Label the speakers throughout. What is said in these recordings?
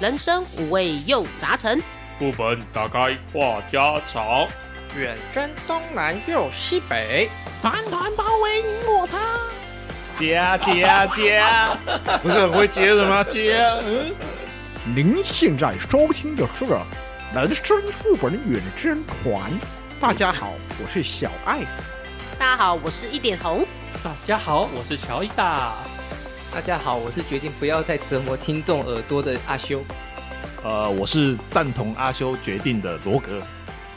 Speaker 1: 人生五味又杂陈。
Speaker 2: 副本打开话家常，
Speaker 3: 远征东南又西北，
Speaker 4: 团团包围你我他。
Speaker 3: 接啊接啊接啊！ 嗯
Speaker 2: 不是很会接的 吗？接啊、
Speaker 5: 您现在收听的是《人生副本远征团》，大家好，我是小爱。
Speaker 1: 大家好，我是一点红。
Speaker 4: 大家好，我是乔伊达。
Speaker 6: 大家好，我是决定不要再折磨听众耳朵的阿修。
Speaker 7: 呃，我是赞同阿修决定的罗格。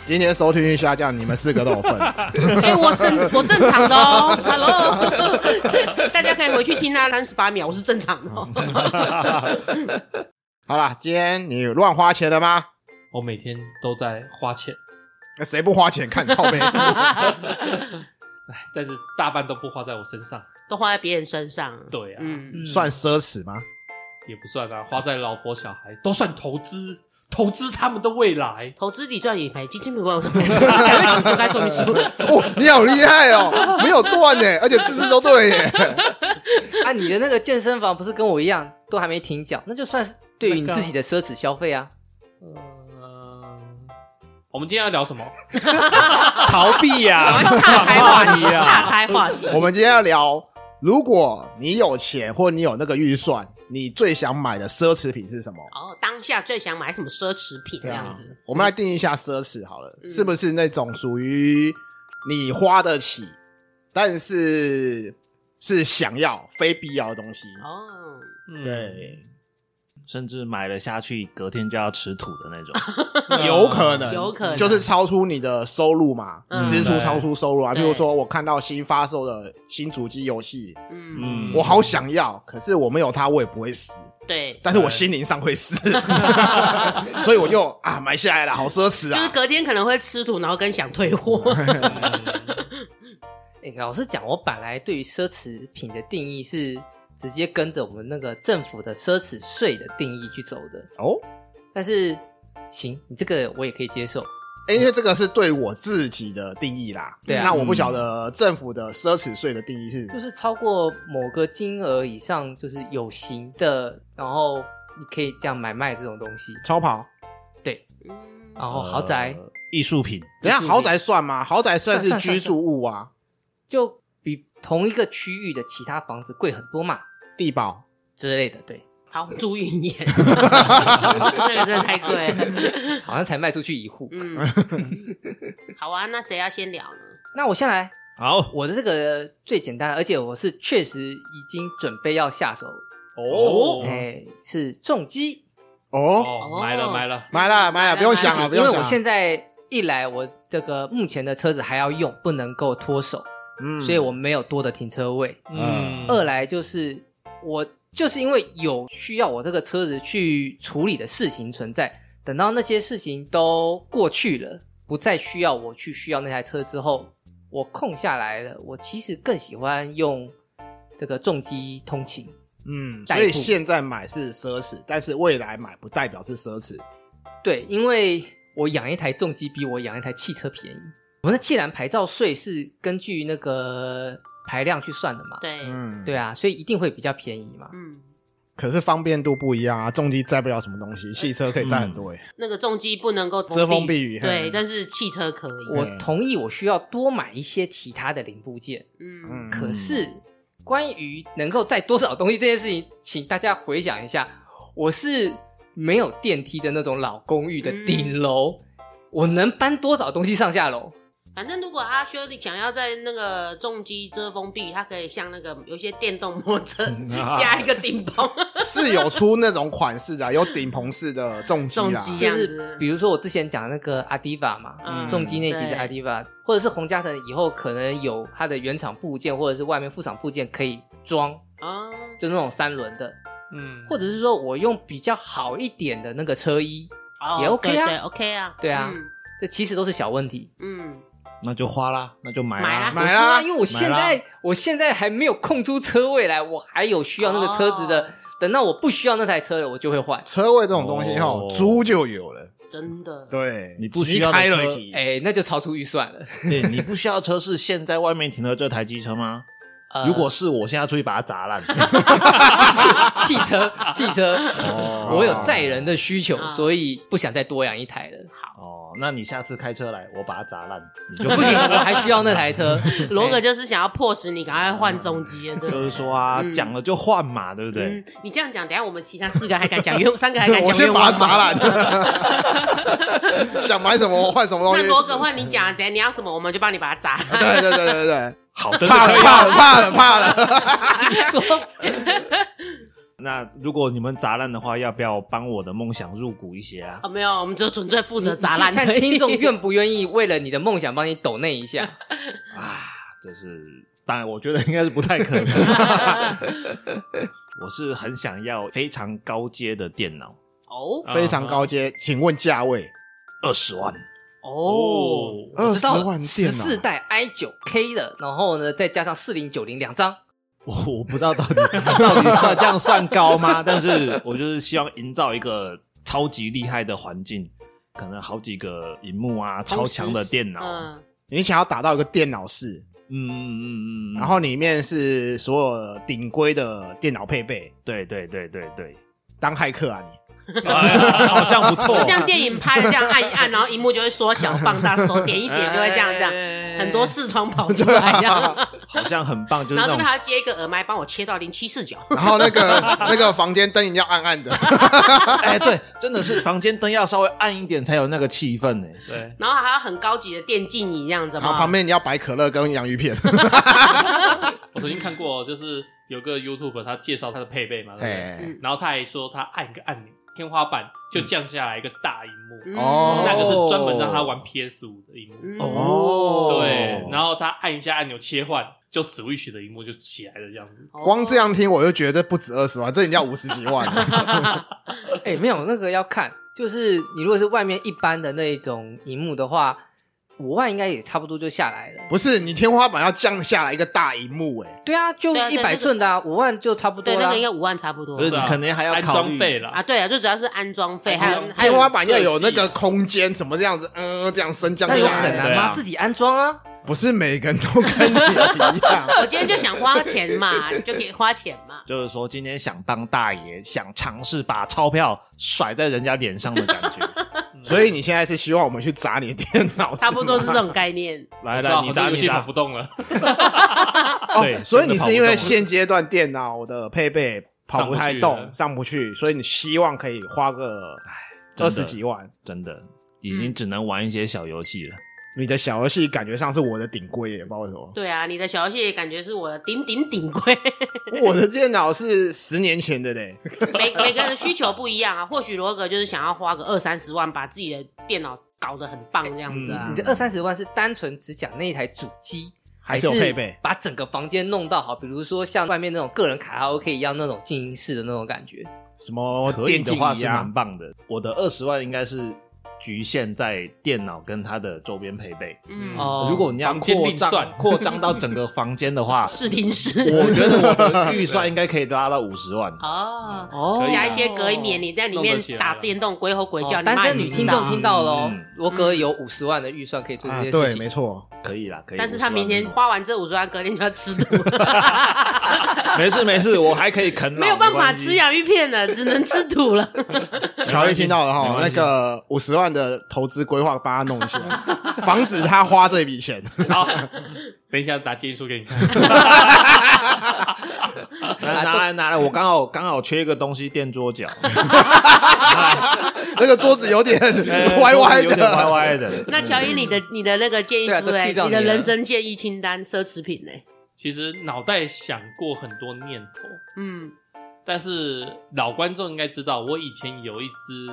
Speaker 5: 今天收听率下降，你们四个都有份。
Speaker 1: 哎、我正 我正常的哦，Hello，大 家可以回去听那三十八秒，我是正常的、哦。
Speaker 5: 好啦，今天你乱花钱了吗？
Speaker 4: 我每天都在花钱，
Speaker 5: 那谁不花钱看靠背？嗯
Speaker 4: 哎，但是大半都不花在我身上。
Speaker 1: 都花在别人身上。
Speaker 4: 对啊，
Speaker 1: 嗯，
Speaker 5: 算奢侈吗？
Speaker 4: 也不算啊，花在老婆小孩都算投资，投资他们的未来。
Speaker 1: 投资理赚理赔，基金不会有什么。讲一讲就该说明书了。
Speaker 5: 哦，你好厉害哦，没有断呢，而且姿势都对耶。
Speaker 6: 啊，你的那个健身房不是跟我一样都还没停脚，那就算是对于你自己的奢侈消 费啊。呃
Speaker 4: 嗯，我们今天要聊什么？
Speaker 2: 逃避
Speaker 1: 我
Speaker 2: 呀、
Speaker 1: 们岔开话题，
Speaker 2: 骂你啊
Speaker 1: 岔开话题。
Speaker 5: 我们今天要聊，如果你有钱或你有那个预算，你最想买的奢侈品是什么？
Speaker 1: 哦，当下最想买什么奢侈品这样子？
Speaker 5: 我们来定义一下奢侈好了，
Speaker 1: 嗯
Speaker 5: 是不是那种属于你花得起，但是是想要非必要的东西？
Speaker 1: 哦，
Speaker 4: 嗯，
Speaker 5: 对，
Speaker 7: 甚至买了下去，隔天就要吃土的那种。
Speaker 6: 嗯
Speaker 5: 有可能，
Speaker 1: 有可能
Speaker 5: 就是超出你的收入嘛，
Speaker 1: 嗯
Speaker 5: 支出
Speaker 4: 对
Speaker 5: 超出收入啊。比
Speaker 1: 对
Speaker 5: 如说，我看到新发售的新主机游戏，
Speaker 1: 嗯，
Speaker 7: 嗯，
Speaker 5: 我好想要，可是我没有它，我也不会死，
Speaker 1: 对，
Speaker 5: 但是我心灵上会死，所以我就啊买下来了，好奢侈
Speaker 1: 就是
Speaker 5: 啊。
Speaker 1: 隔天可能会吃土，然后跟想退货。
Speaker 6: 哎、老实讲，我本来对于奢侈品的定义是直接跟着我们那个政府的奢侈税的定义去走的，
Speaker 5: 哦，
Speaker 6: 但是行，你这个我也可以接受。
Speaker 5: 欸因为这个是对我自己的定义啦。
Speaker 6: 对啊
Speaker 5: 那我不晓得政府的奢侈税的定义是，
Speaker 6: 就是超过某个金额以上，就是有形的，然后你可以这样买卖这种东西，
Speaker 5: 超跑。
Speaker 1: 嗯
Speaker 6: 然后豪宅、
Speaker 7: 呃艺术品，
Speaker 5: 等一下豪宅算吗？豪宅算是
Speaker 6: 算算算
Speaker 5: 居住物啊，
Speaker 6: 就比同一个区域的其他房子贵很多嘛
Speaker 5: 地保。
Speaker 6: 之类的，对，
Speaker 1: 好，朱云 岩，那个真的太贵了。
Speaker 6: 好像才卖出去一户。
Speaker 1: 嗯，好啊，那谁要先聊呢？
Speaker 6: 那我先来，
Speaker 7: 好
Speaker 6: 我的这个最简单，而且我是确实已经准备要下手，
Speaker 4: 哦
Speaker 6: 哎、是重击，
Speaker 5: 哦，
Speaker 4: 哦，买了买了，
Speaker 5: 买了买了，不用想
Speaker 1: 买
Speaker 5: 了，
Speaker 1: 了
Speaker 5: 啊不
Speaker 6: 因
Speaker 5: 用
Speaker 6: 为
Speaker 5: 想了。
Speaker 6: 我现在一来我这个目前的车子还要用，不能够脱手，
Speaker 5: 嗯
Speaker 6: 所以我没有多的停车位。
Speaker 4: 嗯，
Speaker 6: 二来就是我就是因为有需要我这个车子去处理的事情存在，等到那些事情都过去了，不再需要我去需要那台车之后，我空下来了，我其实更喜欢用这个重机通勤。
Speaker 5: 嗯，
Speaker 6: 代
Speaker 5: 所以
Speaker 6: 步
Speaker 5: 现在买是奢侈，但是未来买不代表是奢侈。
Speaker 6: 对，因为我养一台重机比我养一台汽车便宜。我们的既然牌照税是根据那个排量去算的嘛，
Speaker 1: 对，
Speaker 5: 嗯，
Speaker 6: 对。啊，所以一定会比较便宜嘛。
Speaker 1: 嗯，
Speaker 5: 可是方便度不一样啊，重机载不了什么东西，
Speaker 6: 呃
Speaker 5: 汽车可以载很多欸。
Speaker 1: 那个重机不能够
Speaker 5: 遮风避雨
Speaker 1: 对
Speaker 5: 嘿，
Speaker 1: 但是汽车可以。
Speaker 6: 我同意，我需要多买一些其他的零部件。
Speaker 1: 嗯
Speaker 5: 嗯，
Speaker 6: 可是关于能够载多少东西这件事情，请大家回想一下，我是没有电梯的那种老公寓的顶楼，
Speaker 1: 嗯
Speaker 6: 我能搬多少东西上下楼？
Speaker 1: 反正如果阿修你想要在那个重机遮风避雨，它可以像那个有一些电动摩托车
Speaker 5: 嗯
Speaker 1: 加
Speaker 5: 啊
Speaker 1: 一个顶棚
Speaker 5: 是有出那种款式的啊，有顶棚式的重机啊
Speaker 1: 重
Speaker 5: 啦。
Speaker 1: 机这
Speaker 6: 就
Speaker 1: 样
Speaker 6: 是
Speaker 1: 子。
Speaker 6: 比如说我之前讲那个阿迪法嘛，
Speaker 1: 嗯
Speaker 6: 重机那集
Speaker 1: 对
Speaker 6: 的阿迪法，或者是洪家腾以后可能有它的原厂部件或者是外面副厂部件可以装，
Speaker 1: 哦，
Speaker 6: 就那种三轮的，
Speaker 4: 嗯，
Speaker 6: 或者是说我用比较好一点的那个车衣，
Speaker 1: 哦
Speaker 6: 也 OK 啊
Speaker 1: 对对，OK 啊，
Speaker 6: 对啊
Speaker 1: 嗯
Speaker 6: 这其实都是小问题。
Speaker 1: 嗯，
Speaker 7: 那就花啦，那就买啦。
Speaker 1: 买
Speaker 5: 啦买
Speaker 6: 我说啊
Speaker 5: 啦
Speaker 6: 因为我现
Speaker 7: 买
Speaker 6: 在我现在还没有空出车位来，我还有需要那个车子的。
Speaker 1: 哦
Speaker 6: 等到我不需要那台车了，我就会换。
Speaker 5: 车位这种东西哈
Speaker 7: 哦，
Speaker 5: 租就有了。
Speaker 1: 真的，
Speaker 5: 对，
Speaker 7: 你不需要
Speaker 5: 你开
Speaker 7: 的
Speaker 5: 了
Speaker 7: 车
Speaker 5: 一
Speaker 6: 哎、那就超出预算了。
Speaker 7: 对你不需要车是现在外面停的这台机车吗？
Speaker 6: 呃
Speaker 7: 如果是我现在出去把它砸烂，
Speaker 6: 汽车汽车，
Speaker 7: 哦
Speaker 6: 我有载人的需求
Speaker 1: 啊，
Speaker 6: 所以不想再多养一台了。
Speaker 7: 哦，那你下次开车来，我把它砸烂，你就
Speaker 6: 不行，我还需要那台车。
Speaker 1: 罗
Speaker 6: 哎
Speaker 1: 哥就是想要迫使你赶快换中机，对不对
Speaker 7: 就是说啊，讲了就换嘛，对不对？
Speaker 1: 嗯，你这样讲，等一下我们其他四个还敢 讲冤，三个还敢讲冤枉
Speaker 5: 我先把它砸
Speaker 1: 话。
Speaker 5: 烂，想买什么我换什么东
Speaker 1: 那
Speaker 5: 西。
Speaker 1: 罗哥换你讲，等一下你要什么，我们就帮你把它砸烂。
Speaker 5: 对对对对对，
Speaker 7: 好的，啊
Speaker 5: 怕了怕了怕了怕了，
Speaker 6: 说
Speaker 7: 那如果你们砸烂的话，要不要帮我的梦想入股一些啊？
Speaker 1: 哦，没有，我们只有纯粹负责砸烂而
Speaker 6: 看
Speaker 1: 已。
Speaker 6: 听众愿不愿意为了你的梦想帮你抖那一下。
Speaker 7: 这是，当然我觉得应该是不太可能。 我是很想要非常高阶的电脑， 啊
Speaker 1: 哦
Speaker 5: 非常高阶，请问价位？
Speaker 7: 二十万。
Speaker 1: 哦，
Speaker 5: 二十万
Speaker 6: 十
Speaker 5: 电脑
Speaker 6: 四代 i 九 K 的，然后呢再加上四零九零两张，
Speaker 7: 我我不知道到底到底算这样算高吗？但是我就是希望营造一个超级厉害的环境，可能好几个荧幕啊，超强的电脑，嗯
Speaker 1: 嗯，
Speaker 5: 你想要打造一个电脑室，
Speaker 7: 嗯嗯嗯，
Speaker 5: 然后里面是所有顶规的电脑配备，
Speaker 7: 对对对对对，
Speaker 5: 当骇客啊你！
Speaker 7: 哎呀好像不错啊
Speaker 1: 是，像电影拍的这样按一按，然后荧幕就会缩小放大，手点一点就会这样这样，
Speaker 7: 样
Speaker 1: 很多视窗跑出来这样。
Speaker 5: 哦
Speaker 7: 好像很棒，就是
Speaker 1: 然后
Speaker 7: 那
Speaker 1: 这边
Speaker 7: 种
Speaker 1: 还要接一个耳麦，帮我切到零七四九。
Speaker 5: 然后那个那个房间灯一定要暗暗的，
Speaker 7: 哎，对，真的是房间灯要稍微暗一点才有那个气氛哎呢。
Speaker 4: 对，
Speaker 1: 然后还要很高级的电竞椅这样子
Speaker 5: 然
Speaker 1: 嘛，
Speaker 5: 后旁边你要摆可乐跟洋芋片，
Speaker 4: 我曾经看过，就是有个 YouTube 他介绍他的配备嘛，对不对
Speaker 5: 哎，
Speaker 4: 然后他还说他按一个按钮，天花板就降下来一个大荧幕，
Speaker 1: 嗯
Speaker 5: 哦
Speaker 4: 那个是专门让他玩 PS 五的荧幕。
Speaker 1: 嗯
Speaker 5: 哦
Speaker 4: 对，然后他按一下按钮切换，就 Switch 的荧幕就起来了这样子。
Speaker 1: 哦
Speaker 5: 光这样听我就觉得不止二十万，这已经要五十几万啊了。
Speaker 6: 哎，没有那个要看，就是你如果是外面一般的那一种荧幕的话，五万应该也差不多就下来了。
Speaker 5: 不是你天花板要降下来一个大荧幕，哎，
Speaker 6: 对啊，就
Speaker 1: 对啊
Speaker 6: 一
Speaker 1: 对
Speaker 6: 百
Speaker 1: 那个
Speaker 6: 寸的啊，五万就差不多
Speaker 1: 对，那
Speaker 6: 啦
Speaker 1: 个应。该五万差不多
Speaker 7: 不是，你
Speaker 4: 啊
Speaker 7: 可能还要
Speaker 4: 安
Speaker 7: 考
Speaker 4: 装
Speaker 7: 虑
Speaker 4: 费啦，
Speaker 1: 啊。对啊，就主要是安装费，还有还
Speaker 5: 哎天
Speaker 1: 有
Speaker 5: 花板要有那个
Speaker 4: 设计啊
Speaker 5: 空间，什么这样子，呃，这样升降
Speaker 6: 那有
Speaker 5: 下
Speaker 6: 很
Speaker 5: 来，
Speaker 6: 难
Speaker 7: 对
Speaker 6: 吗？
Speaker 7: 啊
Speaker 6: 自己安装啊。
Speaker 5: 不是每个人都跟你一样。
Speaker 1: 我今天就想花钱嘛，你就给花钱嘛。
Speaker 7: 就是说今天想当大爷，想尝试把钞票甩在人家脸上的感觉。
Speaker 5: 所以你现在是希望我们去砸你的电脑，
Speaker 1: 差不多是
Speaker 5: 吗
Speaker 1: 这种概念，
Speaker 7: 来
Speaker 4: 知道
Speaker 7: 来，
Speaker 4: 很
Speaker 7: 你
Speaker 4: 多
Speaker 7: 砸
Speaker 4: 游
Speaker 7: 你
Speaker 4: 戏跑
Speaker 7: 砸
Speaker 4: 不，动了，
Speaker 5: 哦
Speaker 7: 对，
Speaker 5: 所以你是因为
Speaker 7: 真的跑不动
Speaker 5: 现阶段电脑的配备跑不太
Speaker 4: 上不去
Speaker 5: 动，
Speaker 4: 了
Speaker 5: 上不去，所以你希望可以花个
Speaker 7: 真
Speaker 5: 二
Speaker 7: 的
Speaker 5: 十几万。
Speaker 7: 真的已经只能玩一些小游戏了。
Speaker 5: 你的小游戏感觉上是我的顶规耶，不知道为 什么。
Speaker 1: 对啊，你的小游戏感觉是我的顶顶顶贵，
Speaker 5: 我的电脑是十年前的嘞，
Speaker 1: 每每个人的需求不一样啊。或许罗格就是想要花个二三十万，把自己的电脑搞得很棒这样子啊
Speaker 6: 你。的二三十万是单纯只讲那一台主机，
Speaker 5: 还是有配备？
Speaker 6: 把整个房间弄到好，比如说像外面那种个人卡拉 OK 一样那种静音室的那种感觉。
Speaker 5: 什么
Speaker 7: 可以
Speaker 5: 电
Speaker 7: 的
Speaker 5: 竞
Speaker 7: 话
Speaker 5: 椅
Speaker 7: 是
Speaker 5: 啊
Speaker 7: 蛮，棒的。我的二十万应该是局限在电脑跟它的周边配备。
Speaker 1: 嗯，，
Speaker 6: 哦，
Speaker 7: 如果你要
Speaker 4: 房间
Speaker 7: 扩
Speaker 4: 另
Speaker 7: 张
Speaker 4: 算
Speaker 7: 扩张到整个房间的 话
Speaker 1: 视听
Speaker 7: 我
Speaker 1: 室
Speaker 7: 觉得我的预算应该可以拉到五十万。
Speaker 1: 哦。
Speaker 6: 哦
Speaker 4: 可以啊
Speaker 1: 加一些隔一免，你在里
Speaker 4: 弄
Speaker 1: 面
Speaker 4: 得起来
Speaker 1: 打
Speaker 4: 了
Speaker 1: 电动鬼吼鬼叫，
Speaker 6: 哦
Speaker 1: 你
Speaker 6: 单
Speaker 1: 妈也
Speaker 6: 身
Speaker 1: 不
Speaker 6: 女
Speaker 1: 知
Speaker 6: 听
Speaker 1: 道啊
Speaker 6: 众听到喽
Speaker 7: 嗯，
Speaker 6: 罗格有五十万的预算可以做这
Speaker 5: 啊
Speaker 6: 些，事
Speaker 5: 对，
Speaker 6: 情
Speaker 5: 没。错，
Speaker 7: 可以啦，可以。
Speaker 1: 但是他
Speaker 7: 50万
Speaker 1: 明天
Speaker 7: 没
Speaker 1: 花完这五十万，隔天就要吃土，
Speaker 7: 事没事没事，我还可以啃 老。
Speaker 1: 没有办法
Speaker 7: 关系
Speaker 1: 吃。洋芋片了，只能吃土了。
Speaker 5: 乔伊听到了哈
Speaker 7: 没，
Speaker 5: 那
Speaker 7: 关系
Speaker 5: 个五十万的投资规划帮他弄 一下，防止他花这笔钱。
Speaker 4: 好， 等一下拿建议书给你看。
Speaker 7: 拿拿来拿来，我刚好刚好缺一个东西垫 桌脚，
Speaker 5: 那个桌子有点
Speaker 7: 哎
Speaker 5: 歪歪
Speaker 7: 有点歪
Speaker 5: 的，
Speaker 7: 歪的。
Speaker 1: 那乔伊，你的你的那个建议
Speaker 6: 对啊
Speaker 1: 书
Speaker 6: 都
Speaker 1: 嘞，
Speaker 6: 踢到
Speaker 1: 你的
Speaker 6: 你了
Speaker 1: 人生建议清单、奢侈品嘞，
Speaker 4: 其实脑袋想过很多念头，
Speaker 1: 嗯，
Speaker 4: 但是老观众应该知道，我以前有一只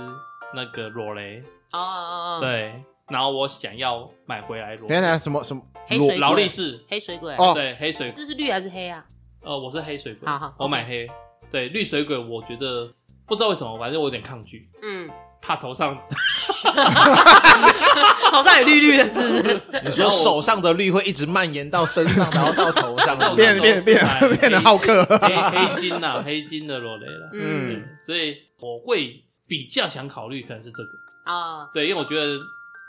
Speaker 4: 那个裸雷，
Speaker 1: 哦哦哦，哦，
Speaker 4: 对，然后我想要买回来裸
Speaker 5: 等一下等一下什么什么
Speaker 1: 黑水
Speaker 4: 劳力士，
Speaker 1: 黑水鬼，
Speaker 5: 哦
Speaker 4: 对，黑水
Speaker 1: 这是绿还是黑啊？
Speaker 4: 呃，我是黑水鬼，
Speaker 1: 好好
Speaker 4: 我买黑。对，绿水鬼我觉得不知道为什么，反正我有点抗拒，
Speaker 1: 嗯，
Speaker 4: 怕 头上。
Speaker 1: 头上有绿绿的，是不是？
Speaker 7: 你说手上的绿会一直蔓延到身上，然后到头上，
Speaker 4: 到
Speaker 5: 变
Speaker 4: 手
Speaker 5: 变变
Speaker 4: 哎
Speaker 5: 变得好客，
Speaker 4: 黑黑金呐、黑金的裸雷了。
Speaker 1: 嗯
Speaker 4: 对，所以我会比较想考虑，可能是这个。
Speaker 1: 啊，
Speaker 4: 对，因为我觉得，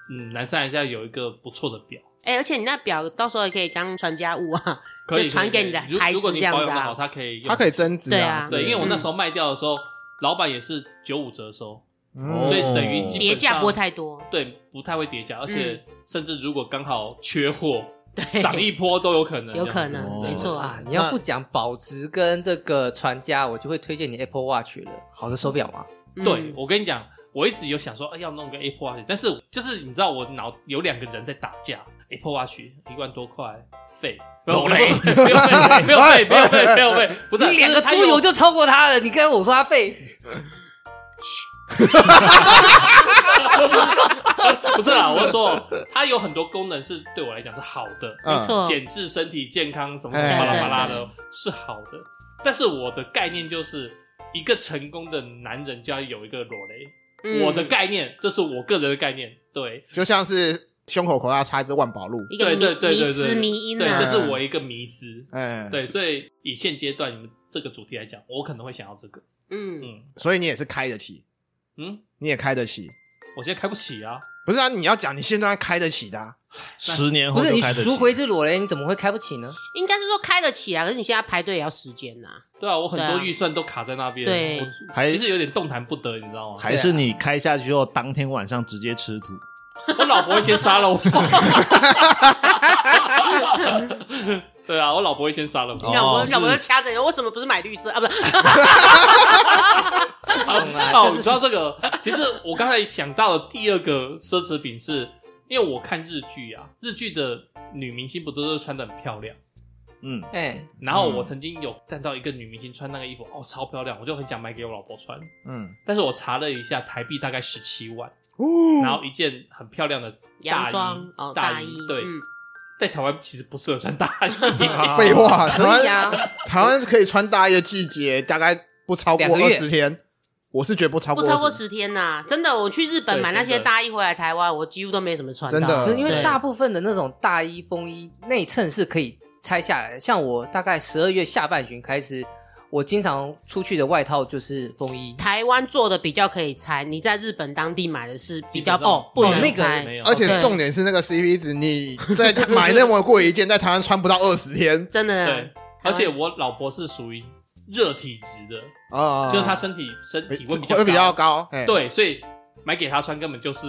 Speaker 4: 嗯，男生还是要有一个不错的表，
Speaker 1: 哎，而且你那表到时候也可以当传家物啊，
Speaker 4: 可以
Speaker 1: 就传给你的
Speaker 4: 可以可以
Speaker 1: 孩子
Speaker 4: 如如果你
Speaker 1: 这样
Speaker 4: 保
Speaker 1: 子
Speaker 4: 养的
Speaker 1: 啊
Speaker 4: 好，它可以用
Speaker 5: 它可以增值
Speaker 1: 对
Speaker 5: 啊
Speaker 1: 啊，
Speaker 4: 对，因为我那时候卖掉的时候，老板也是九五折收，
Speaker 7: 哦
Speaker 4: 所以等于基本
Speaker 1: 叠价
Speaker 4: 上
Speaker 1: 不会太多，
Speaker 4: 对不太会叠加，而且甚至如果刚好缺货，
Speaker 1: 对，
Speaker 4: 涨一波都有可能，
Speaker 1: 有可
Speaker 4: 这样子哦
Speaker 1: 能，
Speaker 7: 对
Speaker 1: 没错啊，，
Speaker 6: 啊你要不讲保值跟这个传家，我就会推荐你 Apple Watch 了。好的手表嘛，
Speaker 1: 嗯
Speaker 4: 对，我跟你讲，我一直有想说，哎，要弄个 Apple Watch，但是就是你知道，我脑有两个人在打架，Apple Watch 一万多块，废，没有没有没有没有没有废，没有废，没有废，不是
Speaker 6: 你 两个
Speaker 4: 就是它
Speaker 6: 猪
Speaker 4: 有
Speaker 6: 油就超过他了。你跟我说他废，
Speaker 4: 不是啦，我是说它有很多功能是对我来讲是好的，
Speaker 5: 嗯
Speaker 1: 没错，
Speaker 4: 减脂、身体健康什么
Speaker 5: 哎
Speaker 4: 巴拉巴拉的，是好的。但是我的概念就是一个成功的男人就要有一个裸雷，
Speaker 1: 嗯
Speaker 4: 我的概念，这是我个人的概念，对
Speaker 5: 就像是胸口口袋插一支万宝路，
Speaker 1: 一个
Speaker 4: 对对
Speaker 1: 迷
Speaker 4: 对
Speaker 1: 迷
Speaker 4: 对对
Speaker 1: 思迷因
Speaker 4: 对，
Speaker 1: 啊，
Speaker 4: 这是我一个迷思。
Speaker 5: 哎，，
Speaker 1: 嗯
Speaker 4: 对，所以以现阶段你们这个主题来讲，我可能会想要这个，
Speaker 1: 嗯，
Speaker 4: 嗯
Speaker 5: 所以你也是开得起，
Speaker 4: 嗯，
Speaker 5: 你也开得起，
Speaker 4: 我现在开不起啊，
Speaker 5: 不是啊？你要讲你现在开得起的啊，
Speaker 7: 十年后
Speaker 6: 不是
Speaker 7: 就
Speaker 6: 你
Speaker 7: 开得
Speaker 6: 赎回
Speaker 7: 起。
Speaker 6: 这裸雷，你怎么会开不起呢？
Speaker 1: 应该是说开得起啊，可是你现在排队也要时间呐，
Speaker 4: 对啊，我很
Speaker 1: 对
Speaker 4: 多
Speaker 1: 啊
Speaker 4: 预算都卡在那边，
Speaker 1: 对
Speaker 4: 我
Speaker 7: 还
Speaker 4: 其实有点动弹不得，你知道吗？
Speaker 7: 还是你开下去后，当天晚上直接吃土，
Speaker 4: 我老婆会先杀了我。 对啊，我老婆会先杀了我。
Speaker 1: 你老婆
Speaker 7: 是
Speaker 1: 老婆就掐着你，为什么哦不是买绿色啊？不是，
Speaker 4: 哦，你说到这个，其实我刚才想到的第二个奢侈品是，因为我看日剧啊，日剧的女明星不都是穿的很漂亮？
Speaker 7: 嗯，
Speaker 6: 哎，
Speaker 4: 然后我曾经有看到一个女明星穿那个衣服，哦，超漂亮，我就很想买给我老婆穿。
Speaker 5: 嗯，
Speaker 4: 但是我查了一下，台币大概十七万，
Speaker 5: 哦
Speaker 4: 然后一件很漂亮的大
Speaker 1: 洋
Speaker 4: 衣
Speaker 1: 装哦，
Speaker 4: 大
Speaker 1: 衣
Speaker 4: 对，
Speaker 1: 嗯
Speaker 4: 在台湾其实不适合穿大 衣，
Speaker 5: 废话，台
Speaker 6: 可以
Speaker 5: 湾
Speaker 6: 啊，
Speaker 5: 台湾可以穿大衣的季节大概不超过
Speaker 6: 两个月
Speaker 5: 二十天，我是绝不超
Speaker 1: 不
Speaker 5: 过
Speaker 1: 超过
Speaker 5: 20
Speaker 1: 十天呐、真的，我去日本
Speaker 4: 对
Speaker 1: 买那些
Speaker 4: 真的
Speaker 1: 大衣回来台湾，我几乎都没怎么穿到。
Speaker 5: 真的
Speaker 6: 可是因为
Speaker 1: 对
Speaker 6: 大部分的那种大衣、风衣内衬是可以拆下来的。像我大概十二月下半旬开始，我经常出去的外套就是风衣。
Speaker 1: 台湾做的比较可以拆，你在日本当地买的是比较
Speaker 4: 基本上
Speaker 1: 哦不能
Speaker 6: 哦那个
Speaker 1: 拆
Speaker 4: 没有
Speaker 5: 而且
Speaker 1: 对
Speaker 5: 重点是那个 CP 值，你在买那么贵一件，在台湾穿不到二十天
Speaker 1: 真的
Speaker 4: 对，而且我老婆是属于热体质的，
Speaker 5: 啊，
Speaker 4: 就是她身体身体温比较
Speaker 5: 会比较
Speaker 4: 高，
Speaker 5: 高，哎嘿，
Speaker 4: 对，所以买给她穿根本就是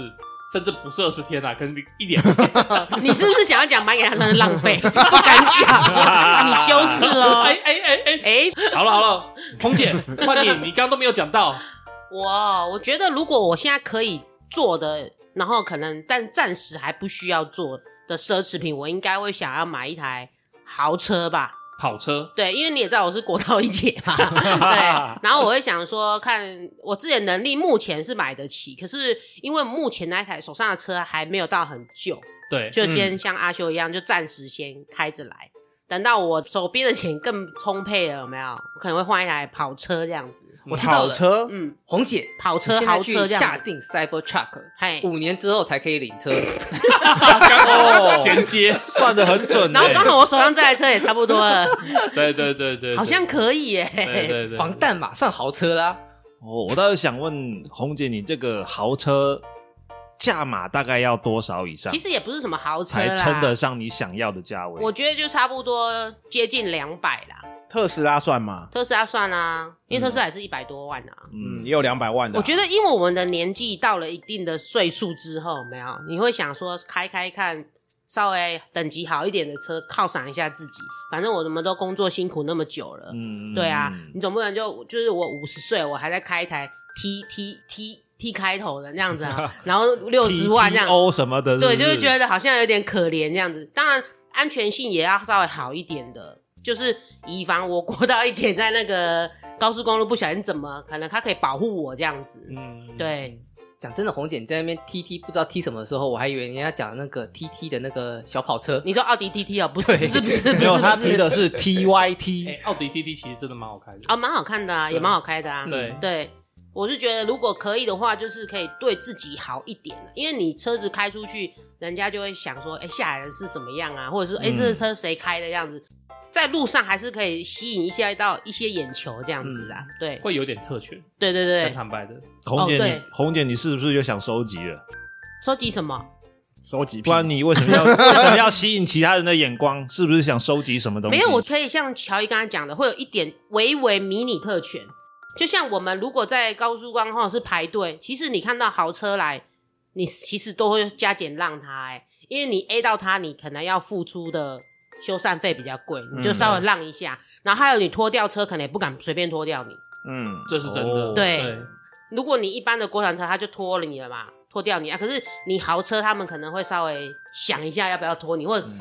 Speaker 4: 甚至不是二十天啊，可能 一点
Speaker 1: 你是不是想要讲买给他穿是浪费？不敢讲，你羞耻哦。
Speaker 4: 哎哎哎哎，
Speaker 1: 哎、
Speaker 4: 好了好了，红 姐换你，你刚刚都没有讲到，
Speaker 1: 我我觉得如果我现在可以做的，然后可能但暂时还不需要做的奢侈品，我应该会想要买一台豪车吧。
Speaker 4: 跑车
Speaker 1: 对，因为你也知道我是国道一姐 嘛，对。然后我会想说，看我自己的能力，目前是买得起，可是因为目前那台手上的车还没有到很旧，
Speaker 4: 对，
Speaker 1: 就先像阿修一样，就暂时先开着来。等到我手边的钱更充沛了，有没有？我可能会换一台跑车这样子。
Speaker 6: 我知道
Speaker 5: 跑
Speaker 6: 了，
Speaker 5: 车，
Speaker 1: 嗯，
Speaker 6: 红姐，
Speaker 1: 跑
Speaker 6: 你
Speaker 1: 车、
Speaker 6: 现在
Speaker 1: 豪
Speaker 6: 去
Speaker 1: 车这
Speaker 6: 下
Speaker 1: 样哎子。
Speaker 6: 定 Cybertruck，
Speaker 1: 嘿
Speaker 6: 五年之后才可以领车。
Speaker 7: 哦
Speaker 4: 衔接，
Speaker 7: 算的很准欸。
Speaker 1: 然后刚好我手上这台车也差不多了，
Speaker 4: 对对对对对，
Speaker 1: 好像可以耶、
Speaker 4: 对对对
Speaker 6: 防弹嘛，算豪车啦。
Speaker 7: 哦，我倒是想问红姐，你这个豪车价码大概要多少以上
Speaker 1: 其，实也不是什么豪车
Speaker 7: 才
Speaker 1: 啦，
Speaker 7: 称得上你想要的价位？
Speaker 1: 我觉得就差不多接近两百啦。
Speaker 5: 特斯拉算吗？
Speaker 1: 特斯拉算啊，因为特斯拉也是一百多万啊。
Speaker 7: 嗯
Speaker 5: 嗯，也有两百万的啊，
Speaker 1: 我觉得，因为我们的年纪到了一定的岁数之后，有没有你会想说开开看，稍微等级好一点的车犒赏一下自己。反正我们都工作辛苦那么久了，
Speaker 7: 嗯
Speaker 1: 对啊，
Speaker 7: 嗯
Speaker 1: 你总不能就就是我五十岁，我还在开一台 T T T T 开头的那样子 啊，然后六十万这样，
Speaker 7: TTO 什么的，
Speaker 1: 对，就
Speaker 7: 会
Speaker 1: 是觉得好像有点可怜这样子。当然，安全性也要稍微好一点的，就是以防我过到一姐在那个高速公路不小心怎么，可能它可以保护我这样子。
Speaker 4: 嗯，
Speaker 1: 对，
Speaker 6: 讲真的，红姐你在那边 TT 不知道 T 什么的时候，我还以为人家讲那个 TT 的那个小跑车。
Speaker 1: 你说奥迪 TT 哦，不是不
Speaker 6: 对
Speaker 1: 是不是不是，
Speaker 7: 没有，
Speaker 1: 不是
Speaker 7: 他提的是 T Y T，
Speaker 4: 哎，奥迪 TT 其实真的蛮好开的
Speaker 1: 啊，，蛮好看的啊，也蛮好开的啊。
Speaker 4: 对
Speaker 1: 对，我是觉得如果可以的话，就是可以对自己好一点啊的，因为你车子开出去，人家就会想说，哎、下来的是什么样啊，或者是哎、诶
Speaker 7: 嗯
Speaker 1: 这个车谁开的这样子，在路上还是可以吸引一下到一些眼球这样子啊。对，
Speaker 4: 会有点特权，
Speaker 1: 对对
Speaker 4: 很
Speaker 1: 对，
Speaker 4: 坦白的，
Speaker 7: 红姐
Speaker 1: 哦
Speaker 7: 你
Speaker 1: 对
Speaker 7: 红姐你是不是又想收集了？
Speaker 1: 收集什么？
Speaker 5: 收集癖
Speaker 7: 不然你为什 么要为什么要吸引其他人的眼光？是不是想收集什么东西？
Speaker 1: 没有，我可以像乔伊刚才讲的，会有一点微微迷你特权。就像我们如果在高速公路上是排队，其实你看到豪车来，你其实都会加减让它、欸，因为你 A 到它，你可能要付出的修缮费比较贵，你
Speaker 7: 嗯
Speaker 1: 就稍微让一下。然后还有你拖吊车，可能也不敢随便拖掉你。
Speaker 5: 嗯，
Speaker 4: 这是真
Speaker 7: 哦
Speaker 4: 的。
Speaker 1: 对如果你一般的国产车，它就拖了你了嘛，拖掉你啊。可是你豪车，他们可能会稍微想一下要不要拖你，或者
Speaker 7: 嗯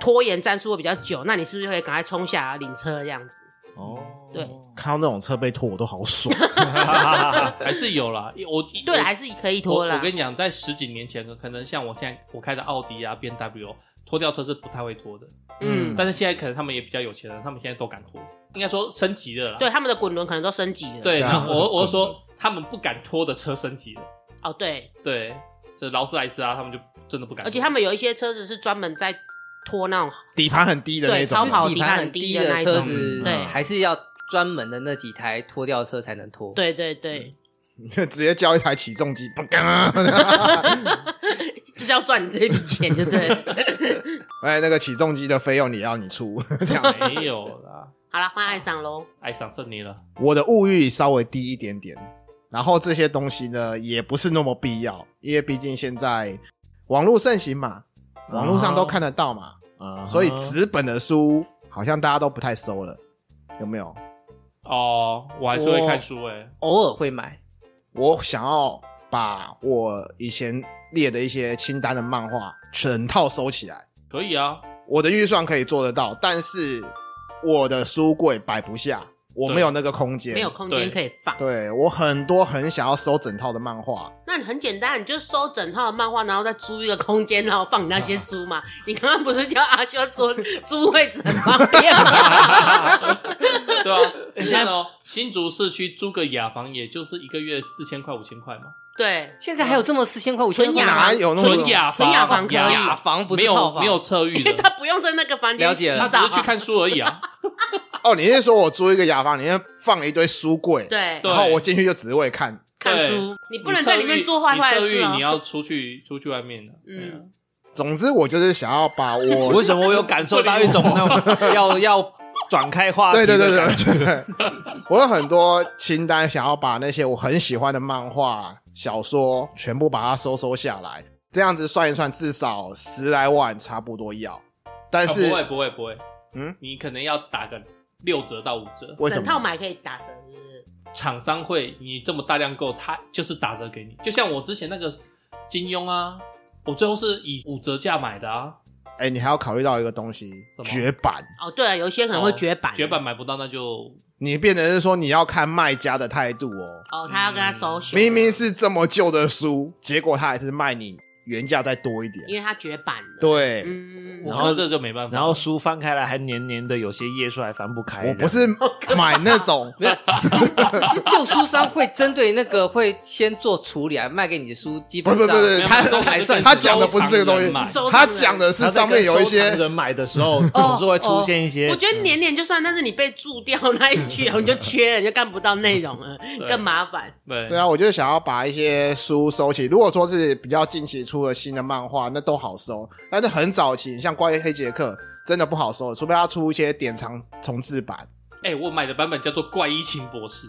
Speaker 1: 拖延战术会比较久，那你是不是会赶快冲下来领车这样子？
Speaker 7: 哦，
Speaker 1: 对
Speaker 5: 看到那种车被拖，我都好爽。
Speaker 7: 嗯
Speaker 5: 哦
Speaker 4: 还是有啦。因为我
Speaker 1: 对啦，
Speaker 4: 我
Speaker 1: 还是可以拖
Speaker 4: 我
Speaker 1: 啦。
Speaker 4: 我跟你讲，在十几年前，可能像我现在我开的奥迪啊、B N W，拖吊车是不太会拖的。
Speaker 1: 嗯，
Speaker 4: 但是现在可能他们也比较有钱了，他们现在都敢拖，应该说升级了啦。
Speaker 1: 对，他们的滚轮可能都升级了。
Speaker 4: 对，
Speaker 5: 对啊
Speaker 4: 像我我是说他们不敢拖的车升级了。
Speaker 1: 哦，对，
Speaker 4: 对，这劳斯莱斯啊，他们就真的不敢拖。
Speaker 1: 而且他们有一些车子是专门在拖那种，
Speaker 5: 底盘很低的那
Speaker 1: 对
Speaker 5: 种，
Speaker 1: 超跑
Speaker 6: 底盘很低
Speaker 1: 底盘很低的那
Speaker 6: 的
Speaker 1: 一种
Speaker 6: 车子，
Speaker 1: 对
Speaker 6: 还是要专门的那几台拖吊车才能拖。，
Speaker 1: 对对对，
Speaker 5: 直接交一台起重机，砰砰
Speaker 4: 嗯
Speaker 1: 就是要赚你这笔钱，对不 对？
Speaker 5: 哎，那个起重机的费用也要你出， 这样。
Speaker 4: 没有啦，
Speaker 1: 好了，换爱上喽。
Speaker 4: 爱上这你了。
Speaker 5: 我的物欲稍微低一点点，然后这些东西呢也不是那么必要，因为毕竟现在网络盛行嘛，网络上都看得到嘛，
Speaker 7: 啊哈
Speaker 5: 所以纸本的书好像大家都不太收了，有没有？
Speaker 4: 哦，我还是会看书诶、
Speaker 6: 偶尔会买。
Speaker 5: 我想要把我以前列的一些清单的漫画全套收起来，
Speaker 4: 可以啊，
Speaker 5: 我的预算可以做得到，但是我的书柜摆不下，我没有那个空间，
Speaker 1: 没有。空间
Speaker 4: 对
Speaker 1: 可以放，
Speaker 5: 对我很多很想要收整套的漫画，
Speaker 1: 那你很简单，你就收整套的漫画，然后再租一个空间，然后放你那些书 嘛。你刚刚不是叫阿修说 租位置很方便吗？
Speaker 4: 对啊。你看哦，新竹市区租个雅房，也就是一个月四千块、五千块嘛。
Speaker 1: 对，
Speaker 6: 现在还有这么四千块、五千
Speaker 1: 纯
Speaker 6: 块
Speaker 1: 雅
Speaker 6: 吗
Speaker 5: 哪
Speaker 1: 房
Speaker 5: 有那么多
Speaker 4: 纯雅
Speaker 1: 纯雅房
Speaker 4: 房
Speaker 1: 可以
Speaker 6: 雅房不是
Speaker 4: 没
Speaker 6: 套
Speaker 4: 有
Speaker 6: 房
Speaker 4: 没有 侧
Speaker 1: 因
Speaker 4: 浴
Speaker 1: 为
Speaker 4: 的，
Speaker 1: 他不用在那个房间
Speaker 6: 了解
Speaker 1: 洗
Speaker 6: 了
Speaker 4: 他只
Speaker 1: 澡
Speaker 4: 是去
Speaker 1: 啊。
Speaker 4: 看书而已 啊。
Speaker 5: 哦，你是说我租一个雅房，里面放了一堆书柜，，
Speaker 1: 对，
Speaker 4: 对
Speaker 5: 然后我进去就只是为了看，
Speaker 1: 看
Speaker 4: 对
Speaker 1: 书，你不能在里面做坏坏的
Speaker 4: 你
Speaker 1: 事
Speaker 4: 侧
Speaker 1: 哦
Speaker 4: 浴你。要出去出去外面的。嗯，
Speaker 1: 嗯，
Speaker 5: 总之我就是想要把我，
Speaker 7: 为什么我有感受到一种那种 要要转开话题
Speaker 5: 对
Speaker 7: 的
Speaker 5: 对对
Speaker 7: 感觉
Speaker 5: 对对，我有很多清单，想要把那些我很喜欢的漫画、小说全部把它收收下来，这样子算一算，至少十来万差不多要，但
Speaker 4: 啊
Speaker 5: 是
Speaker 4: 不会不会不会，
Speaker 5: 嗯
Speaker 4: 嗯，你可能要打个六折到五折，
Speaker 5: 为什
Speaker 1: 整套
Speaker 5: 么？
Speaker 1: 买可以打折，是不是？
Speaker 4: 厂商会你这么大量购，他就是打折给你。就像我之前那个金庸啊，我最后是以五折价买的啊，
Speaker 5: 哎，你还要考虑到一个东西，
Speaker 4: 么
Speaker 5: 绝版。
Speaker 1: 哦，对啊，有一些可能会绝版，
Speaker 4: 哦绝版买不到那就
Speaker 5: 你变成是说你要看卖家的态度哦，
Speaker 1: 哦，他要跟他收钱，
Speaker 5: 嗯明明是这么旧的书，结果他还是卖你原价再多一点。
Speaker 1: 因为他绝版了。，
Speaker 5: 对，
Speaker 1: 嗯，
Speaker 4: 然
Speaker 7: 然后
Speaker 4: 后这就没办 法。
Speaker 7: 然后书翻开来还黏黏的，有些页数还翻不开。
Speaker 5: 我不是买那种，
Speaker 6: 旧书商会针对那个会先做处理啊，卖给你的书，基
Speaker 5: 不
Speaker 6: 本
Speaker 5: 是不
Speaker 6: 上
Speaker 5: 是不是，
Speaker 4: 没有
Speaker 5: 他
Speaker 4: 收藏
Speaker 5: 他
Speaker 4: 人买
Speaker 5: 他讲的不是这个东西，
Speaker 1: 收藏
Speaker 5: 他
Speaker 1: 人
Speaker 5: 讲的
Speaker 7: 这样
Speaker 5: 是上面有
Speaker 7: 他在
Speaker 5: 一
Speaker 7: 跟收藏
Speaker 5: 些，
Speaker 7: 人买的时候，
Speaker 1: 哦
Speaker 7: 总是会出现一些。
Speaker 1: 我觉得年年就算，但是你被注掉那一句，你就缺了，你就看不到内容了，
Speaker 4: 对
Speaker 1: 更麻烦。
Speaker 4: 对
Speaker 5: 对啊，我就是想要把一些书收起。如果说是比较近期出的新的漫画，那都好收，但是很早期，像《关于黑杰克》真的不好收，除非他出一些典藏重制版。
Speaker 4: 哎，我买的版本叫做《怪医秦博士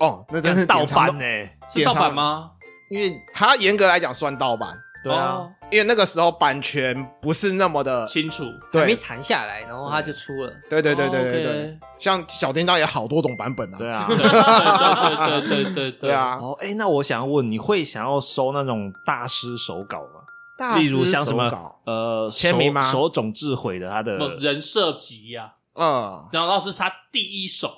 Speaker 5: 哦，那真是
Speaker 7: 盗
Speaker 5: 典
Speaker 7: 版
Speaker 5: 藏
Speaker 7: 欸
Speaker 5: 的
Speaker 7: 呢、
Speaker 4: 是盗版吗？
Speaker 5: 因为它严格来讲算盗版，
Speaker 7: 对啊，
Speaker 4: 哦，
Speaker 5: 因为那个时候版权不是那么的，
Speaker 4: 清楚。
Speaker 6: 还没
Speaker 5: 对
Speaker 6: 谈下来，然后他就出了。
Speaker 5: 对对对对对对，
Speaker 4: 哦
Speaker 5: 像小叮当也好多种版本啊，
Speaker 7: 对 啊，
Speaker 4: ，OK 对对对对对对
Speaker 5: 对，啊，
Speaker 7: 哦，哎、那我想问，你会想要收那种大师手稿吗？
Speaker 5: 啊大
Speaker 7: 例如
Speaker 5: 师
Speaker 7: 像什
Speaker 5: 手
Speaker 7: 么
Speaker 5: 稿
Speaker 7: 呃
Speaker 5: 签名吗
Speaker 7: 手手冢治毁的他的
Speaker 4: 不人设集啊呀，
Speaker 5: 嗯，
Speaker 4: 然后是他第一手，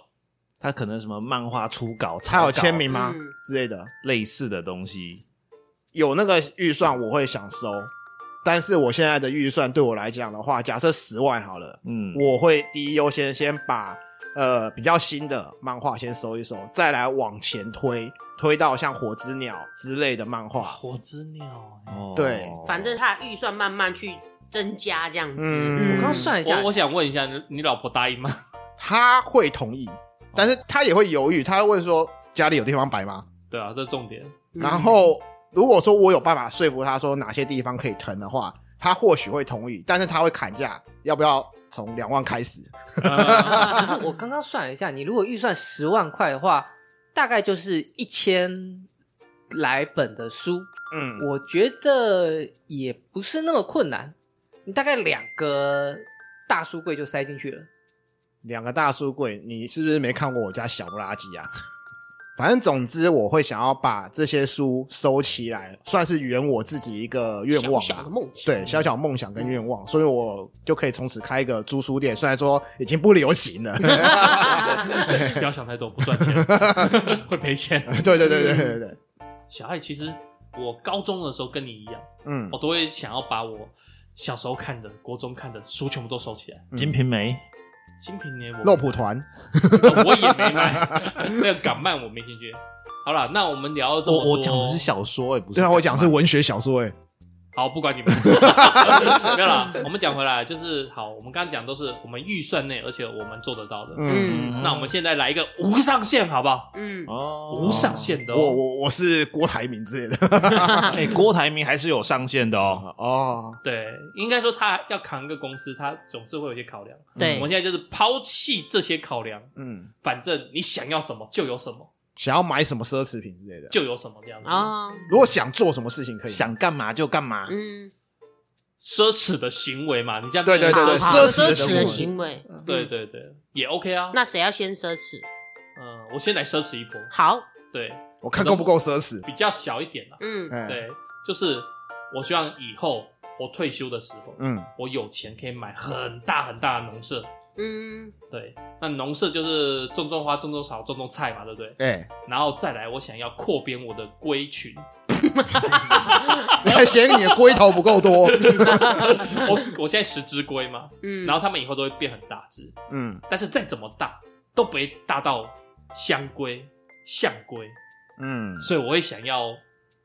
Speaker 7: 他可能什么漫画初稿，
Speaker 5: 他
Speaker 7: 草
Speaker 5: 有
Speaker 7: 稿
Speaker 5: 签名吗
Speaker 1: 嗯
Speaker 5: 之类的？
Speaker 7: 类似的东西。
Speaker 5: 有那个预算我会想收，但是我现在的预算对我来讲的话，假设十万好了，
Speaker 7: 嗯，
Speaker 5: 我会第一优先先把呃比较新的漫画先收一收，再来往前推，推到像火之鸟之类的漫画。
Speaker 4: 啊火之鸟。
Speaker 7: 哦
Speaker 5: 对
Speaker 1: 反正他的预算慢慢去增加，这样子。
Speaker 5: 嗯
Speaker 6: 我刚算一下
Speaker 4: 我，我想问一下，你你老婆答应吗？
Speaker 5: 他会同
Speaker 1: 哦
Speaker 5: 意，但是他也会犹豫，他会问说家里有地方摆吗？
Speaker 4: 对啊，这是重点。
Speaker 1: 嗯
Speaker 5: 然后如果说我有办法说服他说哪些地方可以疼的话，他或许会同意，但是他会砍价，要不要从两万开始？
Speaker 4: 呃
Speaker 6: 可是我刚刚算了一下，你如果预算十万块的话，大概就是一千来本的书，
Speaker 5: 嗯，
Speaker 6: 我觉得也不是那么困难。你大概两个大书柜就塞进去了。
Speaker 5: 两个大书柜，你是不是没看过我家小不拉几啊？ 反正总之，我会想要把这些书收起来，算是圆我自己一个愿望吧。啊
Speaker 1: 小小的梦想，
Speaker 5: 对，小小梦想跟愿望，所以我就可以从此开一个租书店。虽然说已经不流行了，
Speaker 4: 不要想太多，不赚钱会赔钱。
Speaker 5: 对对对对对对，
Speaker 4: 小爱，其实我高中的时候跟你一样，
Speaker 5: 嗯
Speaker 4: 我，都会想要把我小时候看的、国中看的书全部都收起来。
Speaker 7: 《金瓶梅》
Speaker 4: 《金瓶梅》我
Speaker 5: 肉蒲团，
Speaker 4: 呃我也没买， 那个港漫我没兴趣。好了，那我们聊了这么
Speaker 7: 我
Speaker 4: 多，
Speaker 7: 我讲的是小说，哎，不是
Speaker 5: 对啊，我讲是文学小说，哎，
Speaker 4: 好，不管你们， 没有啦。我们讲回来，就是好，我们刚刚讲都是我们预算内，而且我们做得到的。
Speaker 5: 嗯，
Speaker 4: 那我们现在来一个无上限，好不好？
Speaker 1: 嗯，
Speaker 7: 哦
Speaker 4: 无上。限的、哦，
Speaker 5: 我我我是郭台铭之类的，
Speaker 7: 哎，郭台铭还是有上限的 哦。
Speaker 5: 哦，
Speaker 4: 对，应该说他要扛一个公司，他总是会有一些考量。
Speaker 1: 对
Speaker 4: 我们现在就是抛弃这些考量，
Speaker 5: 嗯，
Speaker 4: 反正你想要什么就有什么，
Speaker 5: 想要买什么奢侈品之类的，
Speaker 4: 就有什么这样子。
Speaker 1: 啊，
Speaker 5: 如果想做什么事情可以，
Speaker 7: 想干嘛就干嘛，
Speaker 1: 嗯，
Speaker 4: 奢侈的行为嘛，你这样
Speaker 5: 对对对对
Speaker 1: 好
Speaker 4: 奢
Speaker 1: 好
Speaker 5: 侈
Speaker 1: 奢侈
Speaker 5: 的行为
Speaker 1: 的行为，嗯
Speaker 4: 对对对，也 OK 啊。
Speaker 1: 那谁要先奢侈？
Speaker 4: 嗯，我先来奢侈一波，
Speaker 1: 好，
Speaker 4: 对，
Speaker 5: 我看够不够奢侈，
Speaker 4: 比较小一点啦。
Speaker 1: 嗯
Speaker 5: 嗯，
Speaker 4: 对，就是我希望以后我退休的时候，
Speaker 5: 嗯，
Speaker 4: 我有钱可以买很大很大的农舍。
Speaker 1: 嗯，
Speaker 4: 对，那农舍就是种种花、种种草、种种菜嘛，对不对？
Speaker 5: 哎，
Speaker 4: 然后再来，我想要扩编我的龟 群，
Speaker 5: 你还嫌你的龟头不够 多，
Speaker 4: 我我现在十只龟嘛，
Speaker 1: 嗯，
Speaker 4: 然后它们以后都会变很大只，
Speaker 5: 嗯
Speaker 4: 但是再怎么大都不会大到香龟、象龟，
Speaker 5: 嗯，
Speaker 4: 所以我会想要